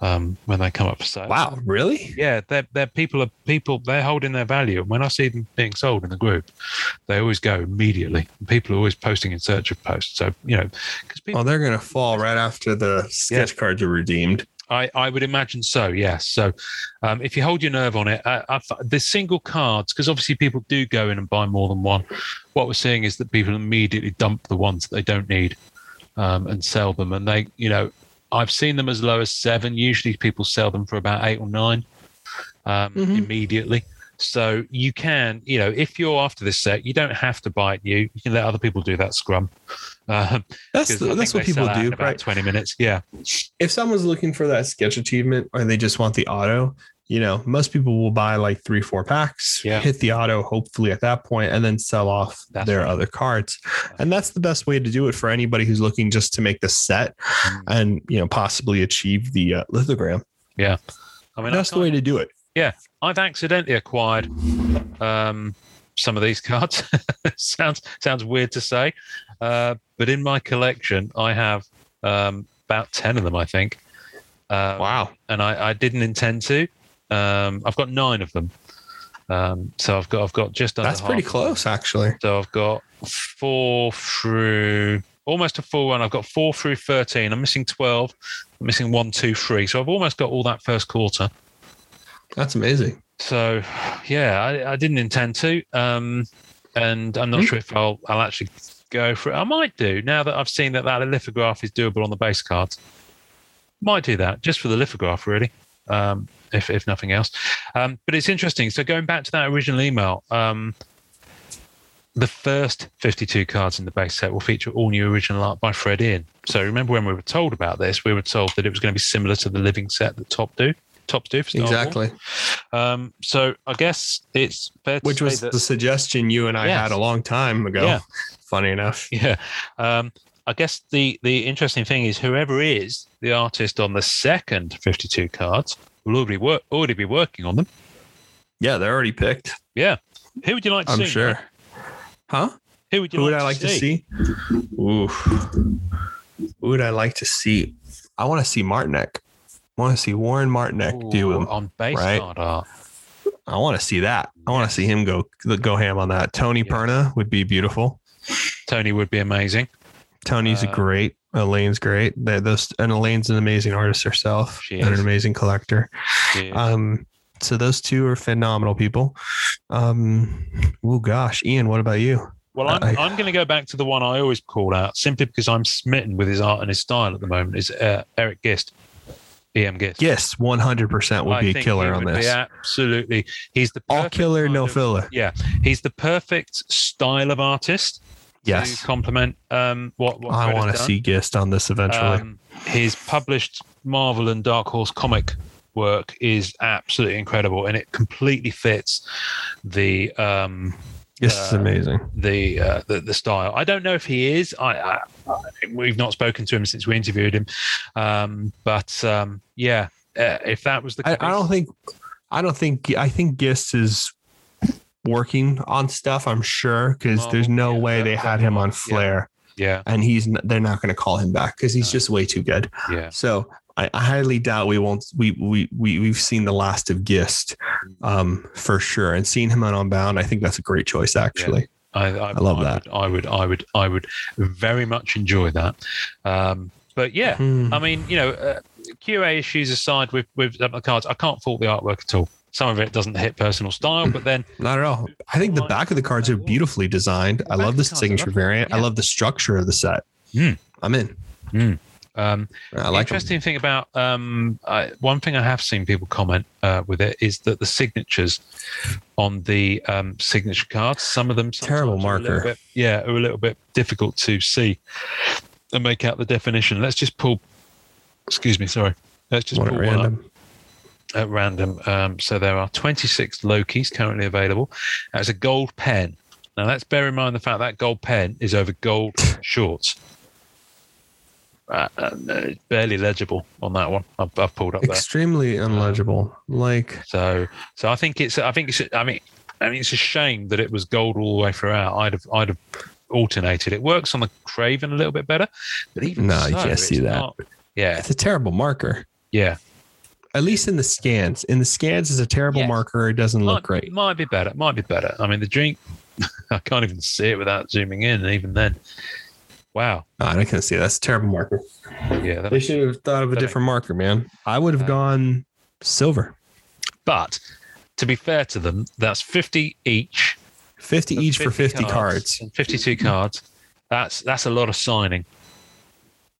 Speaker 2: um, when they come up for sale.
Speaker 3: wow really
Speaker 2: Yeah, they're, they're people are people. They're holding their value, and when I see them being sold in the group, they always go immediately. People are always posting in search of posts. So you know, because people.
Speaker 3: well they're gonna fall right after the sketch cards are redeemed
Speaker 2: I, I would imagine so, yes. So um, if you hold your nerve on it, uh, I, f- the single cards, because obviously people do go in and buy more than one. What we're seeing is that people immediately dump the ones that they don't need um, and sell them. And they, you know, I've seen them as low as seven. Usually people sell them for about eight or nine um,
Speaker 3: Mhm.
Speaker 2: immediately. So you can, you know, if you're after this set, you don't have to buy it new. You can let other people do that scrum. Uh,
Speaker 3: that's
Speaker 2: 'cause
Speaker 3: the,
Speaker 2: I
Speaker 3: that's what
Speaker 2: think they sell
Speaker 3: people
Speaker 2: out in
Speaker 3: do
Speaker 2: about
Speaker 3: right
Speaker 2: 20 minutes. Yeah.
Speaker 3: if someone's looking for that sketch achievement or they just want the auto, you know, most people will buy like three, four packs,
Speaker 2: Yeah.
Speaker 3: hit the auto, hopefully at that point, and then sell off
Speaker 2: That's
Speaker 3: their
Speaker 2: right.
Speaker 3: other cards. And that's the best way to do it for anybody who's looking just to make the set
Speaker 2: Mm.
Speaker 3: and, you know, possibly achieve the uh, lithogram.
Speaker 2: I mean, I
Speaker 3: that's the
Speaker 2: can't-
Speaker 3: way to do it.
Speaker 2: I've accidentally acquired um, some of these cards. sounds sounds weird to say, uh, but in my collection, I have um, about ten of them, I think. Um,
Speaker 3: Wow.
Speaker 2: And I, I didn't intend to. Um, I've got nine of them. Um, so I've got I've got just under
Speaker 3: That's pretty
Speaker 2: half of them.
Speaker 3: close, actually.
Speaker 2: So I've got four through almost a full run. I've got four through 13. I'm missing 12. I'm missing one, two, three. So I've almost got all that first quarter.
Speaker 3: That's amazing.
Speaker 2: So, yeah, I, I didn't intend to, um, and I'm not
Speaker 3: Hmm.
Speaker 2: sure if I'll I'll actually go for it. I might do now that I've seen that that lithograph is doable on the base cards. Might do that just for the lithograph, really, um, if if nothing else. Um, but it's interesting. So going back to that original email, um, the first 52 cards in the base set will feature all new original art by Fred Ian. So remember when we were told about this, we were told that it was going to be similar to the living set that Top do. Tops do for Star Wars.
Speaker 3: Exactly.
Speaker 2: Um, so I guess it's fair to
Speaker 3: Which
Speaker 2: say
Speaker 3: was
Speaker 2: that,
Speaker 3: the suggestion you and I
Speaker 2: Yes.
Speaker 3: had a long time ago.
Speaker 2: Yeah.
Speaker 3: Funny enough.
Speaker 2: yeah. Um, I guess the the interesting thing is whoever is the artist on the second fifty two cards will already work already be working on them.
Speaker 3: Yeah, they're already picked.
Speaker 2: Yeah. Who would you like to
Speaker 3: I'm
Speaker 2: see?
Speaker 3: sure. Huh?
Speaker 2: Who would you
Speaker 3: Who would
Speaker 2: like
Speaker 3: I
Speaker 2: to
Speaker 3: like to
Speaker 2: see?
Speaker 3: see? Ooh. Who would I like to see? I want to see Martinek. I want to see Warren Martinek do
Speaker 2: Ooh,
Speaker 3: him.
Speaker 2: on base
Speaker 3: right?
Speaker 2: card art.
Speaker 3: I want to see that. I want to see him go go ham on that. Tony
Speaker 2: Yes.
Speaker 3: Perna would be beautiful.
Speaker 2: Tony would be amazing.
Speaker 3: Tony's
Speaker 2: Uh,
Speaker 3: a great. Elaine's great. They, those and Elaine's an amazing artist herself
Speaker 2: She
Speaker 3: and
Speaker 2: is.
Speaker 3: an amazing collector.
Speaker 2: Yeah.
Speaker 3: Um, so those two are phenomenal people. Um, oh gosh, Ian, what about you?
Speaker 2: well, I'm,
Speaker 3: I-
Speaker 2: I'm going to go back to the one I always call out simply because I'm smitten with his art and his style at the moment. Is uh, Eric Gist, EM Gist.
Speaker 3: Yes, one hundred percent would
Speaker 2: I
Speaker 3: be a
Speaker 2: think
Speaker 3: killer
Speaker 2: he
Speaker 3: on
Speaker 2: would be
Speaker 3: this.
Speaker 2: absolutely. He's the
Speaker 3: All
Speaker 2: perfect
Speaker 3: killer,
Speaker 2: kind
Speaker 3: no
Speaker 2: of-
Speaker 3: filler.
Speaker 2: He's the perfect style of artist.
Speaker 3: Yes,
Speaker 2: To compliment um, what, what
Speaker 3: I
Speaker 2: Fred has
Speaker 3: want to
Speaker 2: done.
Speaker 3: see Gist on this eventually.
Speaker 2: Um, his published Marvel and Dark Horse comic work is absolutely incredible, and it completely fits the um,
Speaker 3: Gist is
Speaker 2: uh,
Speaker 3: amazing.
Speaker 2: the, uh, the the style. I don't know if he is. I, I we've not spoken to him since we interviewed him, um, but um, yeah, uh, if that was the
Speaker 3: I,
Speaker 2: case,
Speaker 3: I don't think I don't think I think Gist is working on stuff. I'm sure because there's no
Speaker 2: Marvel, yeah,
Speaker 3: way
Speaker 2: that-
Speaker 3: they had
Speaker 2: that
Speaker 3: him on
Speaker 2: Marvel, yeah.
Speaker 3: Flair,
Speaker 2: yeah,
Speaker 3: and he's n- they're not going to call him back because he's
Speaker 2: No.
Speaker 3: just way too good.
Speaker 2: yeah,
Speaker 3: So I, I highly doubt we won't we we we we've seen the last of Gist, um for sure, and seeing him on Unbound, I think that's a great choice actually.
Speaker 2: I, I,
Speaker 3: love that.
Speaker 2: Would, I would, I would, I would very much enjoy that. Um, but yeah,
Speaker 3: Hmm.
Speaker 2: I mean, you know, uh, QA issues aside with with some of the cards, I can't fault the artwork at all. Some of it doesn't hit personal style, but then
Speaker 3: Not at all. I think the back of the cards are beautifully designed.
Speaker 2: The
Speaker 3: I
Speaker 2: back
Speaker 3: love the
Speaker 2: of the cards are
Speaker 3: signature
Speaker 2: lovely.
Speaker 3: variant. I
Speaker 2: Yeah.
Speaker 3: love the structure of the set.
Speaker 2: Hmm.
Speaker 3: I'm in.
Speaker 2: um,
Speaker 3: I like 'em.
Speaker 2: interesting thing about um, I, one thing I have seen people comment uh, with it is that the signatures on the um, signature cards, some of them sometimes
Speaker 3: Terrible
Speaker 2: are a little
Speaker 3: marker.
Speaker 2: bit- yeah, are a little bit difficult to see and make out the definition. Let's just pull. Excuse me, sorry. Let's just
Speaker 3: One
Speaker 2: pull
Speaker 3: at
Speaker 2: one up.
Speaker 3: random.
Speaker 2: at random. Um, so there are 26 Lokis currently available. That's a gold pen. Now let's bear in mind the fact that gold pen is over gold shorts. Uh, uh, it's barely legible on that one. I've, I've pulled up there.
Speaker 3: extremely unlegible. Like
Speaker 2: So so I think it's I think it's I mean I mean it's a shame that it was gold all the way throughout. I'd have I'd have alternated. It works on the Craven a little bit better, but even
Speaker 3: No, you
Speaker 2: so,
Speaker 3: can't see
Speaker 2: it's
Speaker 3: that.
Speaker 2: not- yeah,
Speaker 3: it's a terrible marker.
Speaker 2: yeah.
Speaker 3: At least in the scans. In the scans, it's a terrible
Speaker 2: Yes.
Speaker 3: marker. It doesn't look
Speaker 2: might,
Speaker 3: great.
Speaker 2: Might be better. Might be better. I mean, the drink, I can't even see it without zooming in. And even then, wow.
Speaker 3: No, Ah, I can see that's a terrible marker.
Speaker 2: Yeah.
Speaker 3: They
Speaker 2: That,
Speaker 3: should have thought of a
Speaker 2: that
Speaker 3: different marker, man. I would have
Speaker 2: Uh,
Speaker 3: gone silver.
Speaker 2: but to be fair to them, that's 50 each.
Speaker 3: Fifty
Speaker 2: That's
Speaker 3: each for fifty cards.
Speaker 2: and 52 cards. That's that's a lot of signing.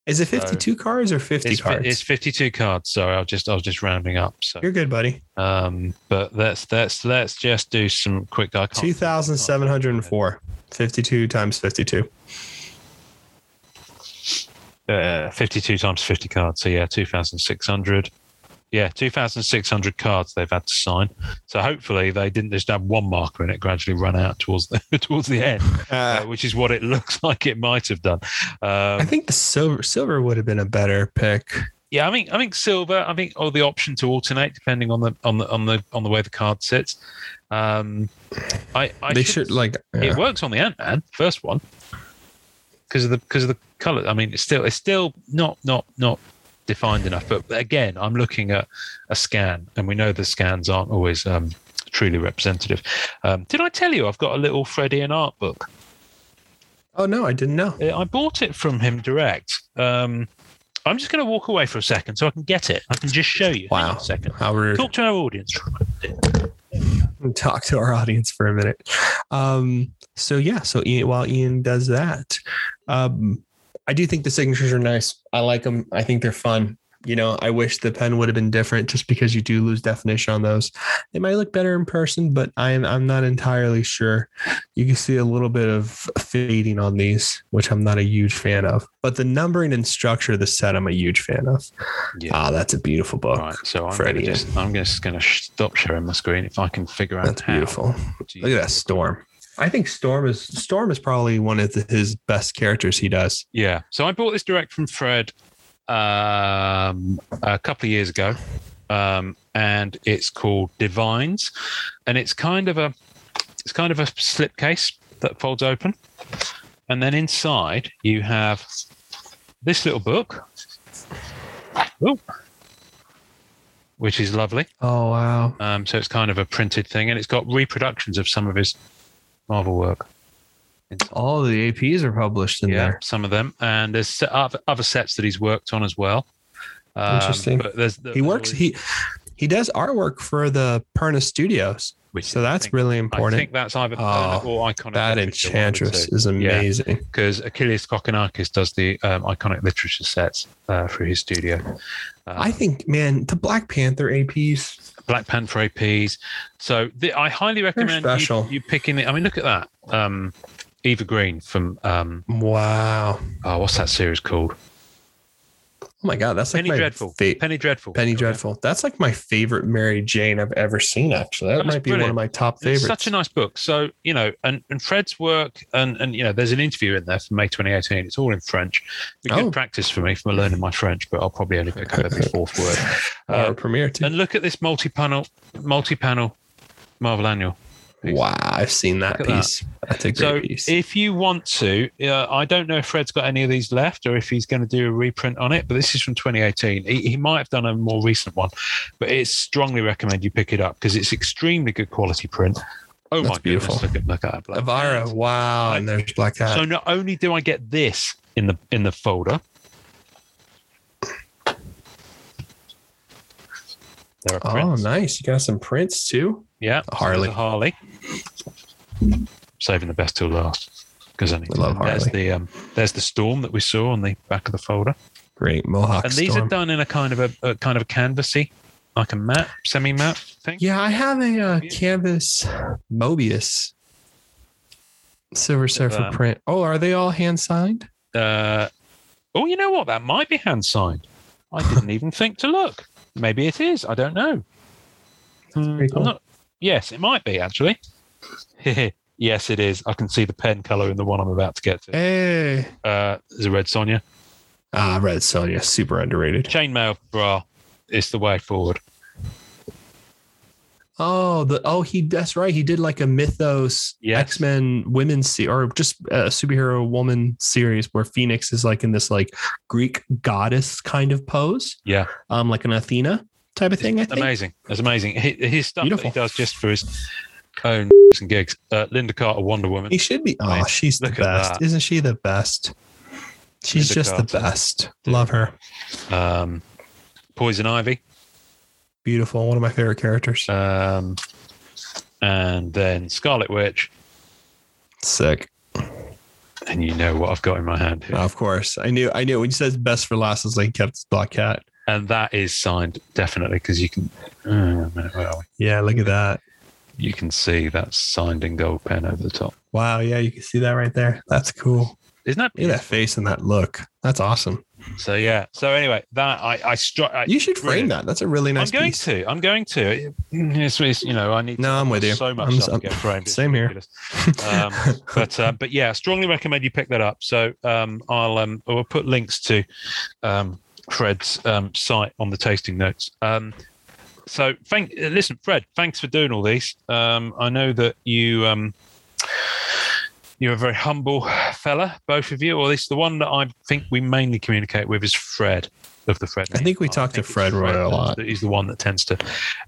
Speaker 3: Is it fifty-two cards or fifty
Speaker 2: It's, fi-
Speaker 3: cards?
Speaker 2: it's 52 cards. Sorry, I was just I was just rounding up. So,
Speaker 3: You're good, buddy.
Speaker 2: um, but let's let's let's just do some quick. I can't-
Speaker 3: Two thousand seven hundred and four. Fifty-two times fifty-two.
Speaker 2: Uh, 52 times 50 cards. So, yeah, 2,600. Yeah, 2,600 cards they've had to sign. So, hopefully, they didn't just have one marker and it gradually run out towards the, towards the end, uh,
Speaker 3: Uh,
Speaker 2: which is what it looks like it might have done.
Speaker 3: I
Speaker 2: Um,
Speaker 3: think the silver silver would have been a better pick.
Speaker 2: yeah, I mean, I think silver. I think or the option to alternate depending on the on the on the on the way the card sits. Um, I, I
Speaker 3: they
Speaker 2: should-
Speaker 3: should like yeah.
Speaker 2: It works on the Ant Man first one because of the because of the color. I mean, it's still it's still not not not defined enough. But again, I'm looking at a scan, and we know the scans aren't always um, truly representative. Um, did I tell you I've got a little Freddy and art book?
Speaker 3: Oh no, I didn't know.
Speaker 2: Uh, I bought it from him direct. Um, I'm just going to walk away for a second so I can get it. I can just show you. Hang on
Speaker 3: Wow.
Speaker 2: a second.
Speaker 3: How rude.
Speaker 2: Talk to our audience.
Speaker 3: and talk to our audience for a minute. Um, so yeah, so Ian, while Ian does that, um, I do think the signatures are nice. I like them. I think they're fun. You know, I wish the pen would have been different, just because you do lose definition on those. They might look better in person, but I'm I'm not entirely sure. You can see a little bit of fading on these, which I'm not a huge fan of. But the numbering and structure of the set, I'm a huge fan of.
Speaker 2: Yeah.
Speaker 3: Ah, that's a beautiful book.
Speaker 2: Right, so I'm gonna
Speaker 3: Freddy.
Speaker 2: just I'm just going to stop sharing my screen if I can figure out
Speaker 3: That's
Speaker 2: how.
Speaker 3: beautiful.
Speaker 2: to
Speaker 3: Look at that storm. I think Storm is Storm is probably one of the, his best characters he does.
Speaker 2: Yeah. So I bought this direct from Fred um, a couple of years ago. um, and it's called Divines, and it's kind of a it's kind of a slipcase that folds open, and then inside you have this little book, Ooh. which is lovely.
Speaker 3: Oh wow.
Speaker 2: Um, so it's kind of a printed thing, and it's got reproductions of some of his Marvel work.
Speaker 3: All the APs are published in
Speaker 2: yeah,
Speaker 3: there.
Speaker 2: some of them, and there's se- oth- other sets that he's worked on as well. Um,
Speaker 3: Interesting.
Speaker 2: But there's the,
Speaker 3: He works he he does artwork for the Perna Studios.
Speaker 2: which
Speaker 3: So that's
Speaker 2: I think,
Speaker 3: really
Speaker 2: I
Speaker 3: important.
Speaker 2: think that's either
Speaker 3: Oh,
Speaker 2: Perna or iconic.
Speaker 3: That Enchantress is amazing.
Speaker 2: because Achilles Kokonakis does the um, iconic literature sets uh, through his studio. Um,
Speaker 3: I think, man, the Black Panther APs.
Speaker 2: Black Panther APs. So the, I highly recommend you,
Speaker 3: special.
Speaker 2: you picking it. I mean, look at that. Um, Eva Green from um,
Speaker 3: Wow.
Speaker 2: oh, what's that series called?
Speaker 3: Oh my god, that's like
Speaker 2: Penny
Speaker 3: my
Speaker 2: Dreadful.
Speaker 3: fa- Penny,
Speaker 2: Penny Dreadful.
Speaker 3: Dreadful. That's like my favorite Mary Jane I've ever seen. Actually, that
Speaker 2: That's
Speaker 3: might be one
Speaker 2: brilliant.
Speaker 3: of my top
Speaker 2: It's
Speaker 3: favorites.
Speaker 2: such a nice book. So you know, and, and Fred's work, and and you know, there's an interview in there from May 2018. It's all in French. Be
Speaker 3: Oh.
Speaker 2: good practice for me for learning my French, but I'll probably only pick up every fourth word.
Speaker 3: Our
Speaker 2: Uh,
Speaker 3: premiere too.
Speaker 2: and look at this multi-panel, multi-panel Marvel annual.
Speaker 3: Wow, I've seen that
Speaker 2: Look at that.
Speaker 3: piece. That's a great
Speaker 2: So
Speaker 3: piece.
Speaker 2: if you want to, uh, I don't know if Fred's got any of these left or if he's going to do a reprint on it, but this is from 2018. He, he might have done a more recent one, but it's strongly recommend you pick it up because it's extremely good quality print. Oh
Speaker 3: That's
Speaker 2: my beautiful.
Speaker 3: beautiful.
Speaker 2: goodness! Look at look at that. black
Speaker 3: Avira, wow, and there's Black Hat.
Speaker 2: So not only do I get this in the in the folder. There are
Speaker 3: oh,
Speaker 2: prints.
Speaker 3: nice. You got some prints too.
Speaker 2: Yeah,
Speaker 3: A Harley.
Speaker 2: so there's a Harley. Saving the best till last because I need
Speaker 3: I
Speaker 2: to-
Speaker 3: love
Speaker 2: There's
Speaker 3: Harley.
Speaker 2: the um, there's the storm that we saw on the back of the folder,
Speaker 3: Great Mohawk
Speaker 2: and these
Speaker 3: Storm.
Speaker 2: are done in a kind of a, a kind of canvassy, like a map, semi map thing.
Speaker 3: Yeah, I have a uh, canvas Mobius silver surfer
Speaker 2: um,
Speaker 3: print. Oh, are they all hand signed?
Speaker 2: Uh, oh, you know what? That might be hand signed. I didn't even think to look. Maybe it is. I don't know. Hmm,
Speaker 3: pretty cool.
Speaker 2: I'm not. Yes, it might be actually. yes, it is. I can see the pen color in the one I'm about to get to.
Speaker 3: Eh. Hey,
Speaker 2: Uh, there's a red Sonia.
Speaker 3: ah, Red Sonia, super underrated.
Speaker 2: chainmail bra is the way forward.
Speaker 3: Oh, the oh he that's right. He did like a Mythos
Speaker 2: Yes.
Speaker 3: X Men women's se- or just a superhero woman series where Phoenix is like in this like Greek goddess kind of pose,
Speaker 2: Yeah,
Speaker 3: um, like an Athena type of thing. I think.
Speaker 2: amazing. That's amazing. Hi- His stuff
Speaker 3: Beautiful.
Speaker 2: that he does just for his own and gigs. Uh, Linda Carter, Wonder Woman.
Speaker 3: He should be. Oh,
Speaker 2: Amazing.
Speaker 3: she's the
Speaker 2: Look at
Speaker 3: best.
Speaker 2: that.
Speaker 3: Isn't she the best? She's
Speaker 2: Linda
Speaker 3: just the
Speaker 2: Carter.
Speaker 3: best. Love her.
Speaker 2: Um, Poison Ivy.
Speaker 3: Beautiful. One of my favorite characters.
Speaker 2: Um, and then Scarlet Witch.
Speaker 3: Sick.
Speaker 2: And you know what I've got in my hand here.
Speaker 3: of course. I knew. I knew when you said best for last, I was like, kept Black Cat.
Speaker 2: And that is signed definitely because you can. Oh, a minute, where are we?
Speaker 3: Yeah, look at that.
Speaker 2: You can see that's signed in gold pen over the top.
Speaker 3: Wow. Yeah, you can see that right there. That's cool.
Speaker 2: Isn't that?
Speaker 3: Look at that face and that look. That's awesome.
Speaker 2: So yeah. So anyway, that I I struck. I-
Speaker 3: You should frame
Speaker 2: Brilliant.
Speaker 3: that. That's a really nice
Speaker 2: I'm going
Speaker 3: piece.
Speaker 2: to. I'm going to. It's, it's, you know, I need.
Speaker 3: No, I'm with you.
Speaker 2: So much
Speaker 3: I'm-
Speaker 2: stuff
Speaker 3: I'm-
Speaker 2: to get framed. It's
Speaker 3: same here.
Speaker 2: ridiculous. Um, but uh, but yeah, strongly recommend you pick that up. So um, I'll um, I'll put links to um, Fred's um, site on the tasting notes. Um, so thank uh, listen, Fred. Thanks for doing all these. Um, I know that you um, you're a very humble fella, both of you. Or at least the one that I think we mainly communicate with is Fred of the Fred.
Speaker 3: I think we talk to
Speaker 2: think it's
Speaker 3: Fred Roy a
Speaker 2: that's-
Speaker 3: lot.
Speaker 2: that He's the one that tends to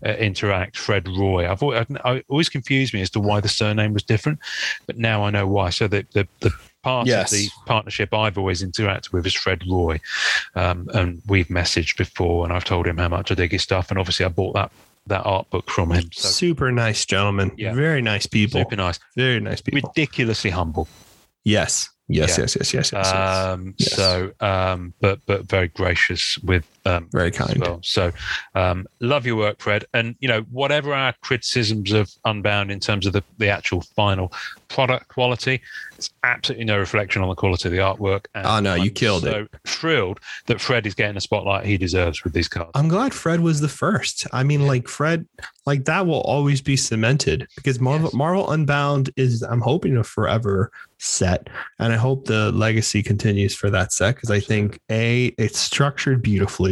Speaker 2: uh, interact. Fred Roy. I've always, I always confused me as to why the surname was different, but now I know why. So the the, the part
Speaker 3: Yes.
Speaker 2: of the partnership I've always interacted with is Fred Roy, um, and we've messaged before, and I've told him how much I dig his stuff, and obviously I bought that that art book from him. So
Speaker 3: Super nice gentlemen.
Speaker 2: Yeah.
Speaker 3: Very nice people.
Speaker 2: super nice,
Speaker 3: Very nice people.
Speaker 2: ridiculously humble.
Speaker 3: yes. Yes,
Speaker 2: Yeah.
Speaker 3: yes. Yes. Yes. Yes. yes.
Speaker 2: Um,
Speaker 3: Yes.
Speaker 2: So, um, but but very gracious with um,
Speaker 3: Very
Speaker 2: as
Speaker 3: kind.
Speaker 2: well. So, um, love your work, Fred. And you know, whatever our criticisms of Unbound in terms of the, the actual final product quality, it's absolutely no reflection on the quality of the artwork. And
Speaker 3: Oh, no, you killed
Speaker 2: so Thrilled that Fred is getting the spotlight he deserves with these cards.
Speaker 3: I'm glad Fred was the first. I mean, like Fred, like that will always be cemented because Marvel,
Speaker 2: Yes.
Speaker 3: Marvel Unbound is, I'm hoping, a forever set. And I hope the legacy continues for that set because I think A, it's structured beautifully.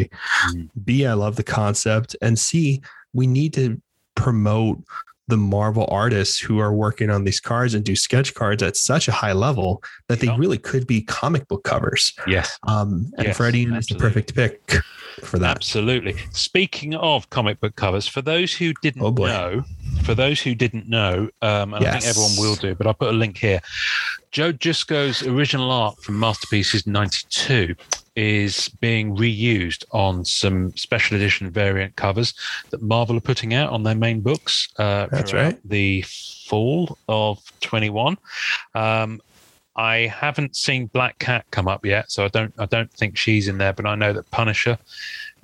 Speaker 2: Mm.
Speaker 3: B, I love the concept. And C, we need to promote the Marvel artists who are working on these cards and do sketch cards at such a high level that they
Speaker 2: Yeah.
Speaker 3: really could be comic book covers.
Speaker 2: Yes,
Speaker 3: Um, and
Speaker 2: Yes,
Speaker 3: Freddie is the
Speaker 2: absolutely.
Speaker 3: perfect pick for that.
Speaker 2: absolutely. Speaking of comic book covers, for those who didn't
Speaker 3: Oh, boy.
Speaker 2: know, for those who didn't know, um, and I think
Speaker 3: Yes.
Speaker 2: everyone will do, but I'll put a link here. Joe Jusco's original art from Masterpieces 92 is being reused on some special edition variant covers that Marvel are putting out on their main books. Uh,
Speaker 3: That's
Speaker 2: throughout
Speaker 3: right.
Speaker 2: The fall of 21. Um, I haven't seen Black Cat come up yet, so I don't I don't think she's in there. But I know that Punisher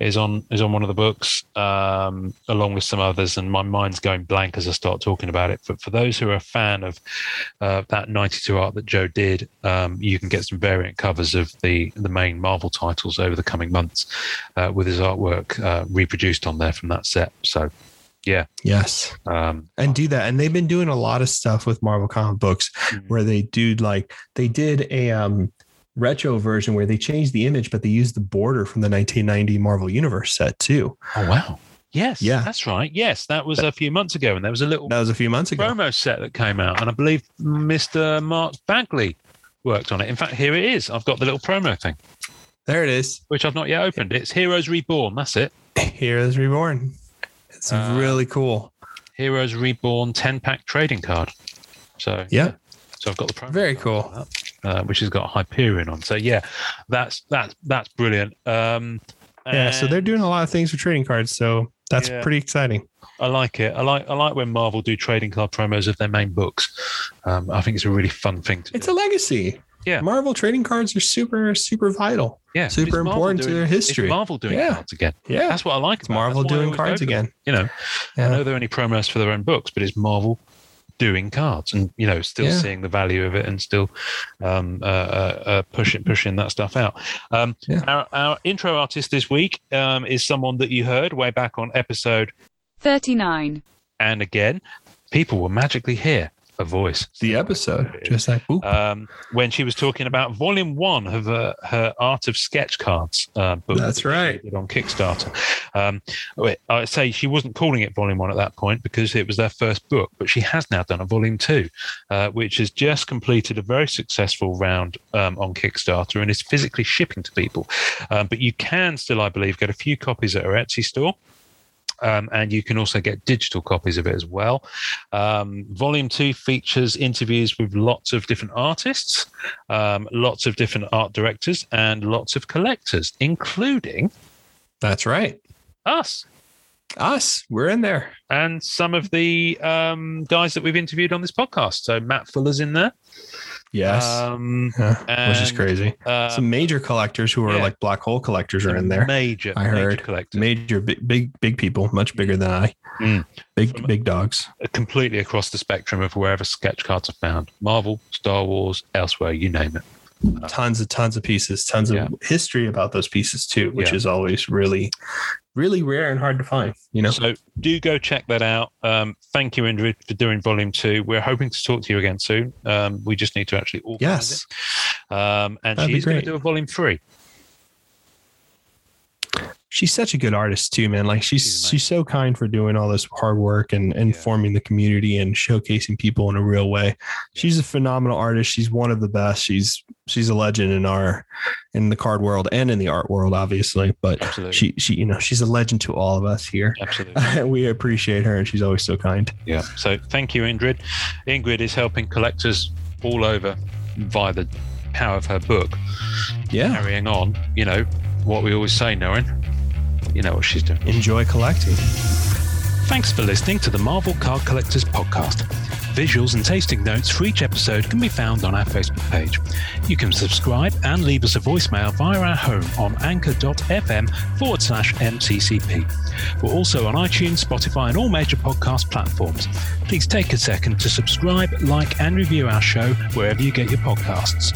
Speaker 2: is on is on one of the books, um, along with some others. And my mind's going blank as I start talking about it. But for those who are a fan of uh, that '92 art that Joe did, um, you can get some variant covers of the the main Marvel titles over the coming months uh, with his artwork uh, reproduced on there from that set. So yeah,
Speaker 3: Yes.
Speaker 2: um,
Speaker 3: and do that. And they've been doing a lot of stuff with Marvel comic books
Speaker 2: Mhm.
Speaker 3: where they do like they did a um retro version where they changed the image, but they used the border from the 1990 Marvel Universe set too.
Speaker 2: oh wow, yes,
Speaker 3: Yeah.
Speaker 2: that's right. Yes, that was a few months ago, and there was a little
Speaker 3: That was a few months ago.
Speaker 2: promo set that came out, and I believe Mr. Mark Bagley worked on it. In fact, here it is. I've got the little promo thing,
Speaker 3: There it is.
Speaker 2: which I've not yet opened. It's Heroes Reborn. That's it.
Speaker 3: Heroes Reborn. It's
Speaker 2: Uh,
Speaker 3: really cool.
Speaker 2: Heroes Reborn 10 pack trading card. So
Speaker 3: Yeah.
Speaker 2: So I've got the promo
Speaker 3: Very
Speaker 2: card
Speaker 3: cool.
Speaker 2: for that, uh, which has got Hyperion on. So yeah, that's that's that's brilliant. Um,
Speaker 3: Yeah. So they're
Speaker 2: and-
Speaker 3: doing a lot of things with trading cards. So that's
Speaker 2: Yeah.
Speaker 3: pretty exciting.
Speaker 2: I like it. I like I like when Marvel do trading card promos of their main books. Um, I think it's a really fun thing to
Speaker 3: It's
Speaker 2: do.
Speaker 3: a legacy.
Speaker 2: Yeah.
Speaker 3: Marvel trading cards are super, super vital.
Speaker 2: yeah,
Speaker 3: super
Speaker 2: it's Marvel
Speaker 3: important to
Speaker 2: doing,
Speaker 3: their history.
Speaker 2: It's Marvel doing
Speaker 3: Yeah.
Speaker 2: cards again.
Speaker 3: Yeah.
Speaker 2: That's what I like.
Speaker 3: It's
Speaker 2: about it.
Speaker 3: Marvel
Speaker 2: That's why I
Speaker 3: doing
Speaker 2: always
Speaker 3: cards
Speaker 2: go to them.
Speaker 3: again.
Speaker 2: You know, I
Speaker 3: Yeah.
Speaker 2: know there are only promos for their own books, but it's Marvel doing cards and you know still
Speaker 3: Yeah.
Speaker 2: seeing the value of it and still um, uh, uh, uh, pushing pushing that stuff out. Um,
Speaker 3: Yeah.
Speaker 2: our, our intro artist this week um, is someone that you heard way back on episode
Speaker 4: 39.
Speaker 2: and again, people will magically hear a voice.
Speaker 3: The episode. Just like boop.
Speaker 2: Um, when she was talking about volume one of uh, her Art of Sketch Cards uh, book,
Speaker 3: That's right.
Speaker 2: did on Kickstarter. Um, wait, I say she wasn't calling it Volume One at that point because it was their first book, but she has now done a Volume Two, uh, which has just completed a very successful round um, on Kickstarter and is physically shipping to people. Um, but you can still, I believe, get a few copies at her Etsy store. Um, and you can also get digital copies of it as well. Um, volume two features interviews with lots of different artists, um, lots of different art directors, and lots of collectors, including
Speaker 3: That's right.
Speaker 2: us
Speaker 3: Us. We're in there.
Speaker 2: and some of the um, guys that we've interviewed on this podcast. So Matt Fuller's in there,
Speaker 3: Yes.
Speaker 2: um,
Speaker 3: Yeah, which is
Speaker 2: and,
Speaker 3: crazy.
Speaker 2: uh,
Speaker 3: Some major collectors who are
Speaker 2: yeah.
Speaker 3: like black hole collectors are
Speaker 2: some
Speaker 3: in there.
Speaker 2: Major,
Speaker 3: I
Speaker 2: major
Speaker 3: heard.
Speaker 2: collectors.
Speaker 3: Major, big, big, big people, much bigger than I.
Speaker 2: Mm.
Speaker 3: Big, big dogs.
Speaker 2: uh, completely across the spectrum of wherever sketch cards are found. Marvel, Star Wars, elsewhere, you name it.
Speaker 3: Tons of, tons of pieces. Tons
Speaker 2: Yeah.
Speaker 3: of history about those pieces too, which
Speaker 2: Yeah.
Speaker 3: is always really, really rare and hard to find. You know.
Speaker 2: So do go check that out. Um, thank you, Ingrid, for doing volume two. We're hoping to talk to you again soon. Um, we just need to actually organize
Speaker 3: Yes.
Speaker 2: it. Um, and
Speaker 3: That'd be
Speaker 2: she's going to
Speaker 3: great.
Speaker 2: do a volume three.
Speaker 3: She's such a good artist too, man. Like she's
Speaker 2: She's
Speaker 3: she's,
Speaker 2: amazing.
Speaker 3: so kind for doing all this hard work and and
Speaker 2: Yeah.
Speaker 3: forming the community and showcasing people in a real way. She's a phenomenal artist. She's one of the best. She's she's a legend in our in the card world and in the art world, obviously. But
Speaker 2: Absolutely.
Speaker 3: she she you know she's a legend to all of us here.
Speaker 2: Absolutely.
Speaker 3: we appreciate her, and she's always so kind.
Speaker 2: Yeah. So thank you, Ingrid. Ingrid is helping collectors all over via the power of her book,
Speaker 3: Yeah,
Speaker 2: carrying on, you know, what we always say, Norrin. You know what she's doing.
Speaker 3: enjoy collecting.
Speaker 2: Thanks for listening to the Marvel Card Collectors Podcast. Visuals and tasting notes for each episode can be found on our Facebook page. You can subscribe and leave us a voicemail via our home on anchor.fm forward slash MCCP. We're also on iTunes, Spotify, and all major podcast platforms. Please take a second to subscribe, like, and review our show wherever you get your podcasts.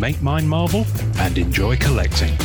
Speaker 2: Make mine Marvel and enjoy collecting.